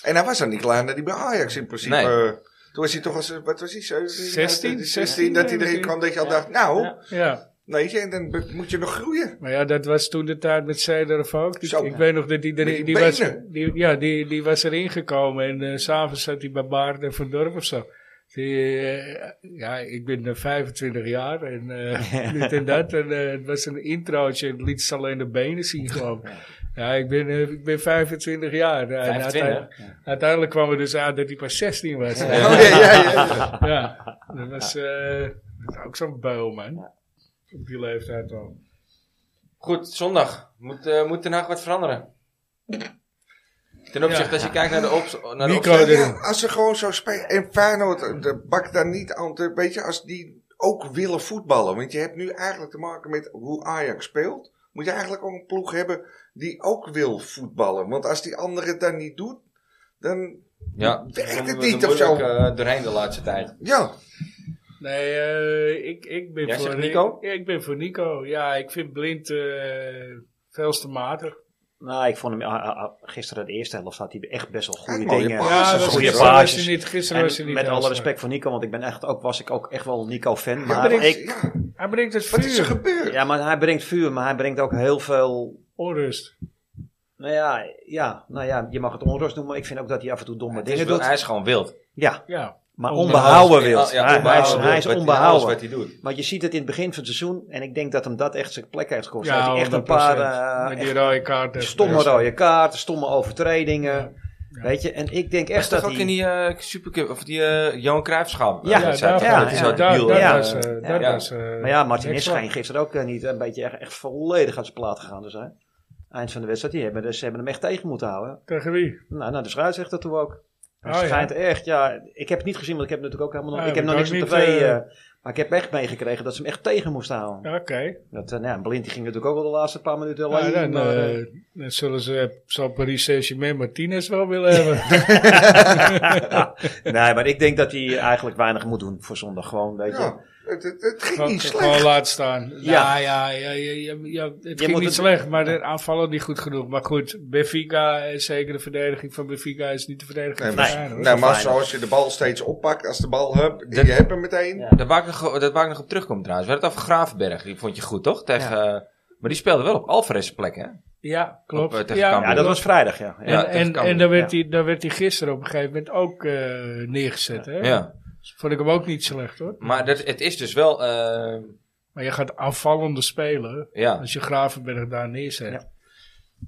En hij was dan niet klaar dat hij bij Ajax in principe...
Nee.
eh, toen was hij toch als, eh, wat was hij, 17?
16,
16, dat hij erin
16.
kwam dat je al dacht, nou,
Ja.
ja.
weet je, en dan be- moet je nog groeien.
Maar ja, dat was toen de tijd met Seider of ook. Ik,
Zo.
ik weet nog dat die,
Met die
erin, die, was,
benen.
die, ja, die, die was erin gekomen. En eh, s s'avonds zat hij bij Baard en Van Dorp of zo. Die, eh, ja, ik ben eh, 25 jaar en eh, dit en dat. En eh, het was een introotje en het liet ze alleen de benen zien gewoon. Ja, ik ben, eh, ik ben 25 jaar. En uiteindelijk-
25.
Uiteindelijk kwam er dus aan dat hij pas 16 was. Ja,
(laughs) Oh, ja, ja, ja.
dat was eh, dat is ook zo'n buil, man. Op die leeftijd al.
Goed, zondag. Moet, eh moet Den Haag wat veranderen? Ten opzichte,
Ja.
als je kijkt naar de, op, naar de
Nico
opstelling-
erin.
Ja, als ze gewoon zo spelen. En Feyenoord, eh, de bak daar niet aan te... Weet je, als die ook willen voetballen. Want je hebt nu eigenlijk te maken met hoe Ajax speelt. Moet je eigenlijk ook een ploeg hebben die ook wil voetballen. Want als die andere het dan niet doet, dan...
Ja,
Werkt het
Vonden we
niet
er
of zo?
moeilijk, eh, doorheen de laatste tijd.
Ja,
Nee, eh, ik, ik ben
Jij
voor
zegt Nico?
Ik, ik ben voor Nico. Ja, ik vind Blind eh veel te matig.
Nou, ik vond hem ah, ah, ah, gisteren de eerste helft had hij echt best wel goede
Een mooie
dingen.
paas. Ja,
dat
dat
was
is goed,
goede
gisteren was hij
paasjes.
niet. Gisteren was hij
En
niet.
met
heel
alle
sterk.
respect voor Nico, want ik ben echt ook, was ik ook echt wel een Nico-fan.
maar
Maar
brengt-
ik,
ja,
Hij brengt het
wat is er
vuur.
gebeurd?
ja, maar hij brengt vuur, maar hij brengt ook heel veel.
Onrust.
Nou ja, ja, nou ja, je mag het onrust noemen, maar ik vind ook dat hij af en toe domme
Het is
dingen
wel-
doet.
hij is gewoon wild.
Ja,
Ja.
maar
Onbehouden.
onbehouden wil.
Ja,
hij, hij is,
onbehouden
hij is
wild, wat-
onbehouden.
Alles wat hij doet.
Maar je ziet het in het begin van het seizoen. En ik denk dat hem dat echt zijn plek heeft gekost.
ja,
dat hij echt een
100%.
paar eh,
Met
echt
die rode kaart.
stomme rode kaarten, stomme overtredingen.
Ja.
Weet je, en ik denk
Echt
echt
toch
dat
ook in
hij...
die eh supercup, of die eh Johan Cruijffschap.
Ja,
dat
Ja,
zei
daar-
hij.
ja,
dat is
ja.
zo
ja,
debiel.
daar-
hè.
ja.
daar was, eh, dat
Ja.
was, eh,
Maar ja, Martinez
niks van.
schijnt gisteren ook eh, niet een beetje echt, echt volledig uit zijn plaat gegaan te zijn. Eind van de wedstrijd. Die hebben, dus, ze hebben hem echt tegen moeten houden.
Tegen wie?
Nou, nou de scheidsrechter toen ook. Hij
Oh, ja.
schijnt echt, ja. Ik heb het niet gezien, want ik heb natuurlijk ook helemaal nog,
Ja,
ik heb
dat
nog niks op
kan
tv.
ik niet, eh,
eh, maar ik heb echt meegekregen dat ze hem echt tegen moesten houden.
Ja, Oké.
Dat, eh, nou ja, Blind die ging natuurlijk ook al de laatste paar minuten
Ja,
alleen.
dan,
maar, eh, (laughs)
eh, dan zullen ze zo'n Paris Saint-Germain Martinez wel willen
(laughs)
hebben.
nee, maar ik denk dat hij eigenlijk weinig moet doen voor zondag. Gewoon, weet je.
Ja, het, het, het ging
gewoon,
niet
gewoon
slecht.
laten staan. Ja,
Ja.
ja, ja, ja, ja, ja, het ging
moet
niet
het-
slecht, maar de aanvallen niet goed genoeg. Maar goed, Benfica, eh, zeker de verdediging van Benfica is niet de verdediging
Nee,
van
maar,
Nee.
Feyenoord.
nou, maar
Fijn.
zoals je de bal steeds oppakt, als de bal hup,
Dat-
je hebt hem meteen.
Ja.
Daar waar, ik nog, daar waar ik nog op terugkom trouwens. We hadden het over Gravenberg. Die vond je goed, toch? Tegen, eh, maar die speelde wel op Alvarez plek, hè?
Ja, klopt.
Op, eh, tegen
ja,
Cambuur.
Ja, dat was vrijdag, ja. ja.
en
Ja, tegen
en,
Cambuur,
en dan, werd
ja.
hij, dan werd hij gisteren op een gegeven moment ook eh, neergezet. Hè? Dus
Ja.
Vond ik hem ook niet slecht hoor.
Maar dat, het is dus wel... eh,
Maar je gaat aanvallende spelen
ja,
als je Gravenberg daar neerzet. Ja.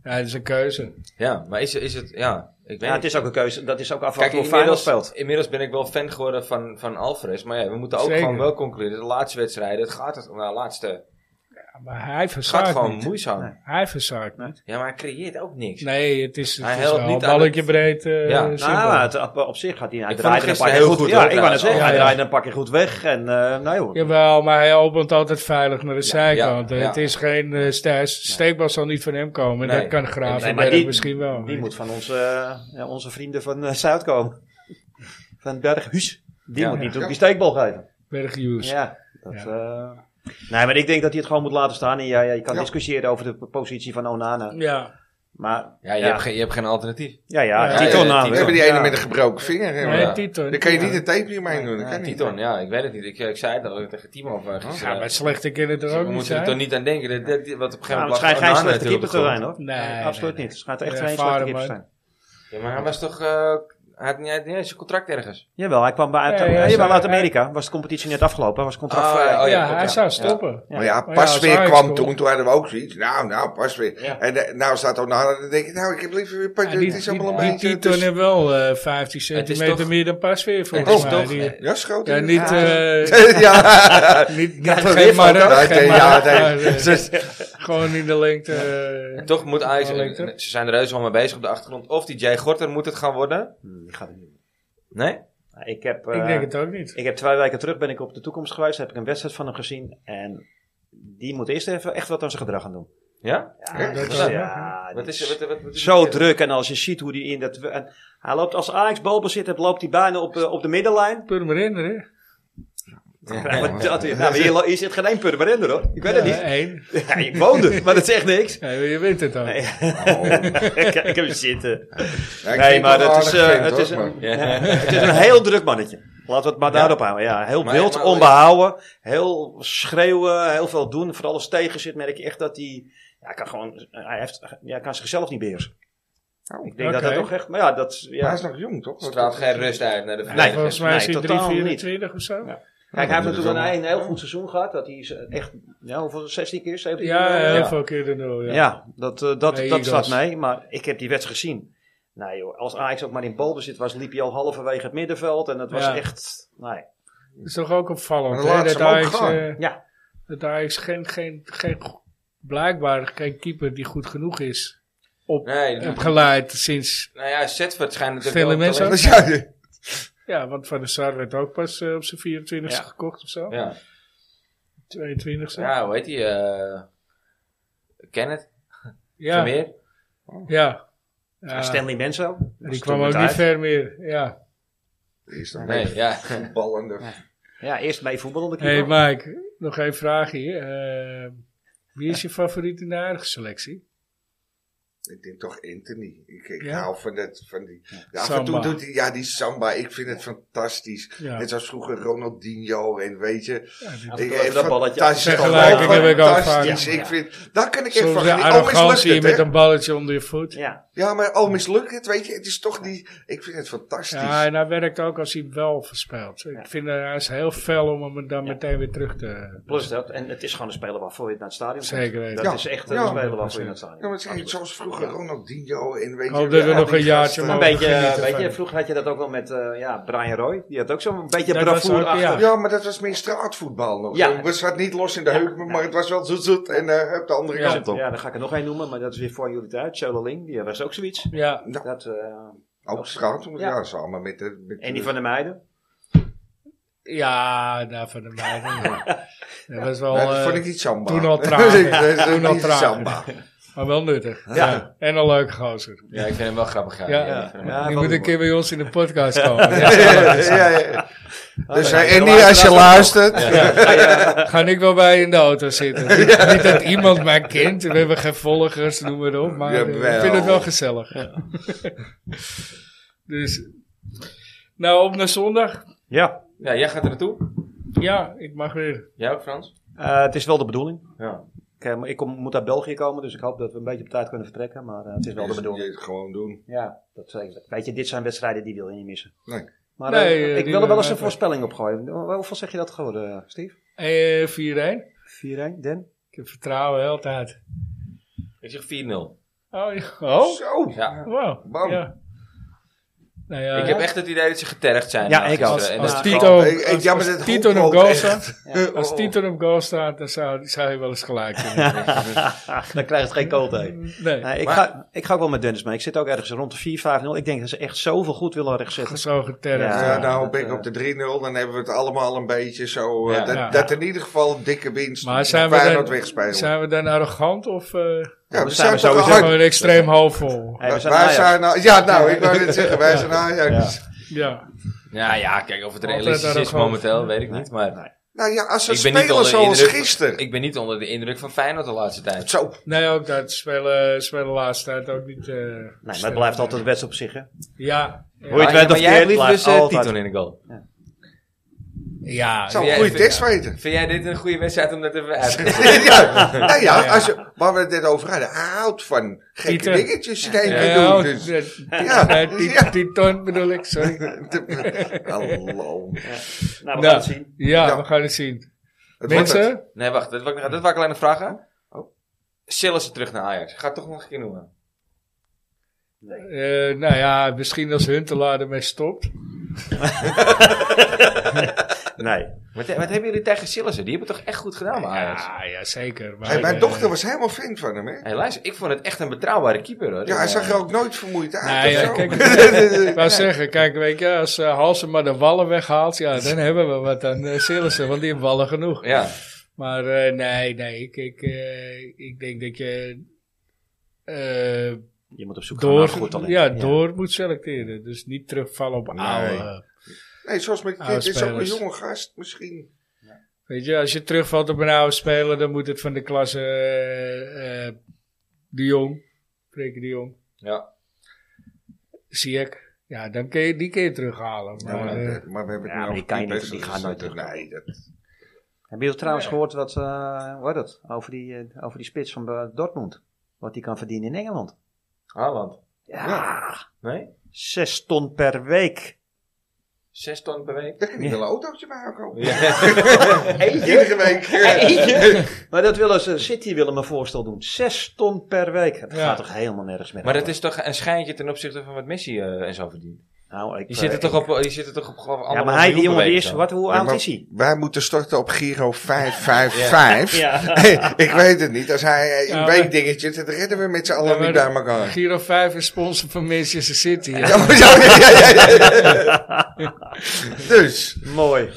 Ja.
dat is een keuze.
ja, maar is, is het... Ja, ik weet
Ja, het
niet.
is ook een keuze. Dat is ook afhankelijk
Kijk,
van hoe Feyenoord
inmiddels,
speelt.
inmiddels ben ik wel fan geworden van, van Alvarez. Maar ja, we moeten ook
Zeker.
gewoon wel concluderen. De laatste wedstrijden, het gaat het, nou, laatste,
Ja, maar hij
het gaat
verzaakt
gewoon
niet.
moeizaam.
Nee.
Hij verzaakt
Nee.
niet.
Ja, maar hij creëert ook niks.
Nee, het is, het
Hij
is
helpt
wel
niet
een
aan het-
balletje breed. eh,
Ja. Nou,
simpel.
Nou, maar het, op, op zich gaat hij, hij
Ik vond
draaide
hem
een paar
gisteren
keer
heel
goed.
goed,
ja,
hoor,
ik wou net
trouwens.
zeggen,
Ja,
hij
ja.
draaide een paar keer goed weg. En, eh nou joh.
Jawel, maar hij opent altijd veilig naar de zijkant.
ja, ja.
Het is geen eh ste- steekbal zal niet van hem komen.
Nee.
Dat kan
Nee,
Gravenberg
maar
die-
misschien wel.
Die moet van onze, eh, ja, onze vrienden van eh, Zuid komen. Van Berghuis. Die
Ja.
moet niet
Ja.
ook die steekbal geven.
Berghuis.
Ja. Dat,
Ja.
eh, nee, maar ik denk dat hij het gewoon moet laten staan. En ja, ja, je kan
Ja.
discussiëren over de positie van Onana.
Ja.
Maar
Ja, je,
Ja.
Hebt geen, je hebt geen alternatief.
ja, ja,
Ja,
Titon
ja,
aan.
Titon.
We hebben Eh, die ene
nou Ja.
met een gebroken vinger. hè,
Nee,
Ja.
maar
Tito.
Daar kan je
ja.
niet een tape niet mee doen. Dat kan niet.
Titon, ja, ik weet het niet. Ik, ik zei het al tegen Timo van
Ja,
gisteren.
maar slechte kinderen er ook
Dus we
niet
moeten er
zijn.
toch niet aan denken. Dat, dat, wat op een gegeven
Ja,
moment
het schijnt
lag
geen
Onana
slechte keeper
natuurlijk
te
op de
zijn hoor.
Nee, nee,
absoluut
nee.
niet. Het schijnt echt
Ja,
geen
ervaren
slechte keeper te
man.
zijn.
grond. Ja, maar hij was toch... eh hij had niet, hij had niet eens zijn contract ergens.
Jawel, hij kwam bij uit,
Ja, ja,
nee,
zo-
maar uit Amerika. Was de competitie net afgelopen? Hij was contractvrij.
Oh, ja,
ja,
klopt,
hij
ja.
zou stoppen.
Ja.
Maar ja,
Maar
pas
ja,
weer
Ajax
kwam
komt.
toen. Toen hadden we ook zoiets. Nou, nou, pas weer.
Ja.
En eh, nou staat ook nog Dan denk ik, nou, ik heb liever weer.
Ja, die,
het is allemaal
die-
een
die
beetje.
Tito
dus-
heeft wel eh 15
Het is
centimeter
toch-
meer dan pas weer
Het
volgens
is
mij.
toch-
Die-
ja, schoot.
ja, niet...
(laughs)
eh,
(laughs) ja.
niet, niet
Krijgen we
geen
weer
maar,
foto?
Ja,
geen
nee,
maar,
ja, nee.
maar, eh,
Dus-
(laughs)
gewoon in de lengte. eh,
En toch moet Ajax...
Wel
en-
leuk, hè?
en ze zijn er reuze wel mee bezig op de achtergrond. Of die Jay Gorter moet het gaan worden.
Hm, die gaat het niet doen.
Nee?
Nou, Ik heb, eh,
ik denk het ook niet.
ik heb twee weken terug ben ik op de toekomst geweest. Heb ik een wedstrijd van hem gezien. En die moet eerst even echt wat aan zijn gedrag gaan doen.
Ja?
Ja,
dat
dat is-
wel,
ja,
Wat is, wat, wat, wat is
Zo druk. En als je ziet hoe die in dat... En hij loopt als Ajax balbezit hebt, loopt hij bijna op, eh, op de middenlijn.
Purmerender, hè?
Ja, maar (laughs) dat, ja, maar hier, hier zit geen één permanent hoor. Ik weet het niet.
Eén.
Ja, ik woonde, maar dat zegt
(laughs)
niks.
Eh,
(laughs)
Ja, je weet het ook.
Nee.
Oh.
ik, ik heb hem zitten.
Ja, ik
Nee,
vind
maar
wel
het is,
aardig
eh,
vent,
het,
hoor,
is
maar-
een, (laughs) het is een heel druk mannetje. Laten we het maar daarop houden. Ja, heel
Maar-
wild,
maar-
onbehouden. Heel schreeuwen, heel veel doen. Vooral als het tegen zit, merk je echt dat hij... Ja, hij kan gewoon... Hij, heeft, ja, hij kan zichzelf niet beheersen.
Oh,
Ik denk dat
Oké.
dat toch echt... Maar ja, dat...
maar hij
Ja.
is nog jong, toch?
Het straalt geen rust uit naar de
Nee.
verdedigers.
Volgens mij is
nee,
hij
totaal
324 of zo.
Ja.
Ja,
Kijk, hij heeft natuurlijk een, een heel
Ja.
goed seizoen gehad. Dat hij is echt... Ja, hoeveel? 16 keer? 17 keer?
heel veel keer de nul. Ja.
Ja, dat, eh, dat,
Nee,
dat
ik
staat
was-
mij. Maar ik heb die wedstrijd gezien. Nou joh, als Ajax ook maar in balbezit was, liep hij al halverwege het middenveld. En dat was
Ja.
echt... Nee.
Dat is toch ook opvallend.
Maar dan
hè,
laat ze
dat,
hem ook
Ajax,
gaan.
eh,
Ja.
dat Ajax geen, geen, geen, blijkbaar geen keeper die goed genoeg is op,
Nee, die-
opgeleid sinds...
Nou ja, Zetford schijnt natuurlijk
Vele
wel
mensen
talent-
Ja, ja.
Ja, want Van der Sar werd ook pas eh, op zijn 24 e gekocht of zo.
Ja.
22 e Ja.
ja, hoe heet die? eh Kenneth?
Ja. ja.
Vermeer?
En Stanley Menzo.
die kwam ook niet ver meer. Ja.
Die is dan
Nee,
weer
ja.
voetballende.
Ja, eerst mee voetballende
Hé hey
keeper.
Mike, nog één vraagje. eh, wie is je favoriet in de huidige selectie?
Ik denk toch Anthony. Ik, ik
Ja?
hou van, dat, van die... Ja, af en
Samba.
toe doet hij... Ja, die samba. Ik vind het fantastisch.
Ja.
Net zoals vroeger Ronaldinho. En weet je...
Af en
Ik,
toe even dat balletje.
fantastisch.
Vergelijking
Gewoon
heb ik al vaak.
fantastisch.
Ja.
Ik vind... Daar kan ik echt
Soms
van
de
genieten. Oh, mislukt
arrogantie
het,
met
hè?
een balletje onder je voet.
Ja.
Ja, maar oh, mislukt het, weet je. Het is toch die... Ik vind het fantastisch.
Ja, en hij werkt ook als hij wel verspeelt. Ik vind eh, hij is heel fel om hem dan
Ja.
meteen weer terug te...
Plus dat. En het is gewoon een speler waarvoor je naar het stadion gaat.
Zeker weten.
Dat
Ja.
is echt
Ja.
een speler waarvoor je naar het stadion
Ja, maar het is
gaat.
echt zoals vroeger Ronaldinho en weet
Ik
je...
hoop Oh, dat we
al
nog
die
een jaartje
gasten.
Een
mogen
beetje,
genieten
weet je,
van.
vroeger had je dat ook wel met eh, ja, Brian Roy. Die had ook zo'n beetje
Dat was
bravoer
ook, ja.
achter.
Ja, maar dat was meer straatvoetbal nog.
Ja.
Het zat niet los in de
Ja.
heupen, maar het was wel zoet zoet en eh, hup, de andere
Ja.
kant op.
Ja, dan ga ik er nog één noemen, maar dat is weer voor jullie tijd. Choleling, die was ook zoiets.
Ja,
Ja.
Dat, eh,
Ook straat, ja.
Ja.
samen met de... Met
en die
de-
van de meiden.
ja nou, van de meiden. ja. Dat was wel...
Nou, dat
eh,
vond ik niet samba.
toen
(laughs)
al traag.
Dat is
Toen al
niet
traag.
samba.
Maar wel nuttig.
Ja.
En een leuke gozer.
Ja, ik vind hem wel grappig. Ja,
Ja.
ja.
Ja, ja,
Je
wel
moet een
humor.
keer bij ons in de podcast komen. Ja.
(laughs) Ja, ja, ja. Dus
ja,
eh,
ja,
Andy, als je luistert...
Ga ik wel bij in de auto zitten. Niet- Niet dat iemand mij kent. We hebben geen volgers, noem maar op. Maar eh, ik
Jawel.
vind het wel gezellig. (laughs) dus, nou, op naar zondag.
Ja,
ja, jij gaat er naartoe?
Ja, ik mag weer.
Jij ook, Frans?
eh, het is wel de bedoeling.
Ja.
Ik, eh, ik kom- moet uit België komen, dus ik hoop dat we een beetje op tijd kunnen vertrekken. Maar eh, het is wel de
Dus
bedoeling.
je- Gewoon doen.
Ja, dat zeker. Weet je, dit zijn wedstrijden die wil je niet missen.
Nee.
Maar
Nee,
eh,
eh,
ik
die
wil er wel eens een
wil-
voorspelling op gooien. Hoe- Hoeveel zeg je dat geworden, eh, Steve?
Eh 4-1.
4-1, Den?
Ik heb vertrouwen altijd.
Ik zeg 4-0.
Oh, ja. oh.
Zo.
Ja.
wow.
Bam.
Ja. Nou ja,
Ik heb echt het idee dat ze getergd zijn.
Ja,
na
ik ook.
gisteren.
als,
En
als
dat-
Tito,
Ik- ik-
als,
ja, maar
als
dat
Tito
hoort
op
wel
goal
echt.
staat,
Eh,
Ja.
als Tito op goal staat, dan zou, zou hij wel eens gelijk kunnen.
Ah, Dan krijg je het geen kool tegen.
Nee,
Nee, ik,
Maar-
ga, ik ga ook wel met Dennis mee. Ik zit ook ergens rond de 4-5-0. Ik denk dat ze echt zoveel goed willen rechtzetten.
zo getergd.
Ja.
Ja, nou hoop
dat,
ik
eh,
op de 3-0. Dan hebben we het allemaal een beetje zo... eh,
Ja.
dat,
Ja.
dat in ieder geval een dikke winst
Maar zijn we
Feyenoord
dan-
wegspelen.
Zijn we dan arrogant of eh,
ja, we
zijn
zijn
we
toch
sowieso-
al-
zijn we extreem hoopvol?
Hey, we zijn
wij
Ajax.
zijn nou, ja, nou, ik wou net zeggen, wij zijn Ajax.
Ja.
Ja, ja, kijk, of het
Altijd
realistisch is
arrogant.
momenteel, weet ik niet. Maar
Nou ja, als ze
ik ben niet
spelen
onder de
zoals
indruk.
gisteren.
Ik ben niet onder de indruk van Feyenoord de laatste tijd.
Zo,
Nee, ook dat spelen, spelen de laatste tijd ook niet. eh,
Nee, maar het
sterk.
blijft altijd de wedstrijd op zich, hè?
Ja.
Hoe je
Ja,
het
Maar-
weet of
maar jij hebt
keert,
liever
blijft
dus eh,
altijd-
Tito in de goal.
ja,
zo
jij-
een goede
vind-
test weten.
Vind jij dit een goede wedstrijd om dat even uit (laughs) te
(laughs) ja, nou ja,
Ja.
als je, waar we het net over hadden. Hij houdt van gekke
Pieter.
dingetjes in één
ja,
keer doen.
oh,
Dus,
eh,
ja,
eh, die-
ja. (laughs)
die toon bedoel ik, sorry.
Hallo.
Nou, we
Ja.
gaan het zien.
Ja,
Ja.
we gaan het zien.
Het wordt het.
Mensen,
Nee, wacht, dat was ik nog- dat wou ik alleen nog vragen. Sillissen terug naar Ajax. Ik ga het toch nog een keer noemen.
eh, nou ja, misschien als Huntelaar ermee stopt.
Nee.
Wat, wat hebben jullie tegen Sillissen? Die hebben het toch echt goed gedaan bij Ajax?
Ja, ja, zeker. Maar,
Hey, mijn
eh,
dochter was helemaal fan van hem, hè?
Hé, luister, ik vond het echt een betrouwbare keeper hoor.
Ja, hij
Eh,
zag er ook nooit vermoeid uit.
Nee,
of
ja,
zo. (laughs)
kijk, Ik wou zeggen, kijk, weet je, als eh, Halsen maar de wallen weghaalt, ja, dan hebben we wat aan eh Sillissen, want die hebben wallen genoeg.
Ja,
Maar eh, nee, nee, ik, ik, eh, ik denk dat je eh,
Je moet op zoek gaan
door,
naar goed talent.
ja, door moet selecteren. Dus niet terugvallen op oude.
Nee, zoals met
Oude
dit is ook een
Ah, spelers.
jonge gast misschien.
Weet je, als je terugvalt op een oude speler, dan moet het van de klasse eh, eh, de Jong, Freke de Jong,
Ja.
zie ik. Ja, dan kun je die keer terughalen. Maar,
Ja, maar,
eh,
dat- maar we hebben
ja, maar
het nu
die
over
kan je
keepers,
niet- die
dus
gaan nooit
dat-
terugkomen.
Nee, dat,
Hebben jullie trouwens gehoord wat, eh, hoe heet dat? Over die, eh, over die spits van eh, Dortmund? Wat die kan verdienen in Engeland?
Haaland.
Ja,
Nee?
zes ton per week.
Zes ton per
(laughs)
week?
daar kan je wel een autootje bij kopen.
Eentje.
Iedere week.
(laughs) Eentje. maar dat willen ze, City willen me voorstel doen. Zes ton per week. Dat
Ja.
gaat toch helemaal nergens meer
Maar dat
over?
is toch een schijntje ten opzichte van wat Messi eh, en zo verdient.
Nou, ik,
Die zitten
eh,
toch op, die zitten toch op gewoon
Ja,
anderhalf
maar hij, die
miljoen per
jongen, die
week
is,
zo.
wat, hoe
Ja,
oud
maar
is
(laughs)
hij?
Wij moeten storten op Giro 555.
Ja.
(laughs) ik weet het niet. Als hij eh, een
Ja,
weekdingetje, dat redden we met z'n allen
Ja, maar
niet bij elkaar.
Giro 5 is sponsor van Manchester City. ja.
Ja, maar- ja, ja, ja, ja, ja. dus,
(laughs) Mooi.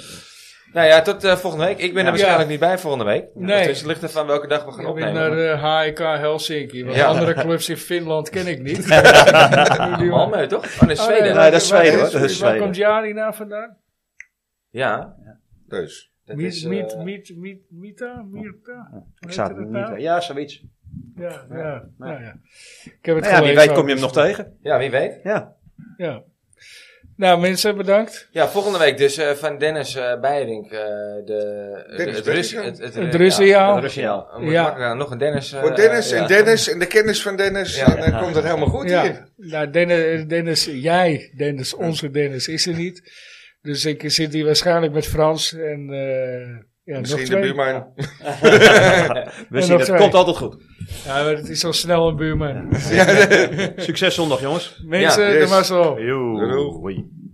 Nou ja, tot eh, volgende week. Ik ben er waarschijnlijk
Ja.
niet bij volgende week.
Nee.
Dus het ligt ervan welke dag we gaan
Ik ben
opnemen.
naar eh, HIK Helsinki. Want
Ja.
andere clubs in Finland ken ik
(laughs)
niet.
Ah, Malmö toch? Oh, nee, Zweden.
nee, dat is Zweden, hoor. Dat is
Waar
Zweden.
komt Jari nou vandaan?
Ja.
dus.
Dat
Miet-
is, eh,
Miet- Miet- Miet- Mita? Mirta? Hoe
Ik
heet
zou het
dat
niet
nou?
weten. Ja, zoiets.
Ja, ja, ja.
Nee.
ja, ja. Ik heb het
Nou ja, wie
gelezen
weet kom
ook.
je hem nog tegen.
Ja, wie weet.
Ja.
Ja. Nou, mensen, bedankt.
Ja, volgende week dus eh, van Dennis eh Beirink. eh, de,
Dennis
het, Rus,
Beirink,
het, het,
Het Russiaal.
het Russiaal. Een
Ja.
makkelijke- Nog een Dennis. eh,
Voor Dennis
ja.
en Dennis en de kennis van Dennis.
Ja.
En dan komt het helemaal goed hier.
Ja. Nou, Dennis, Dennis, jij, Dennis, onze Dennis is er niet. Dus ik zit hier waarschijnlijk met Frans en eh ja, nog
Misschien de
twee.
buurman.
We
nog
zien het.
twee.
Komt altijd goed.
Ja, maar het is al snel een buurman.
Succes zondag, jongens.
Mensen,
Ja,
de
yes.
mazzel.
Joe.
Doei.
Hoi.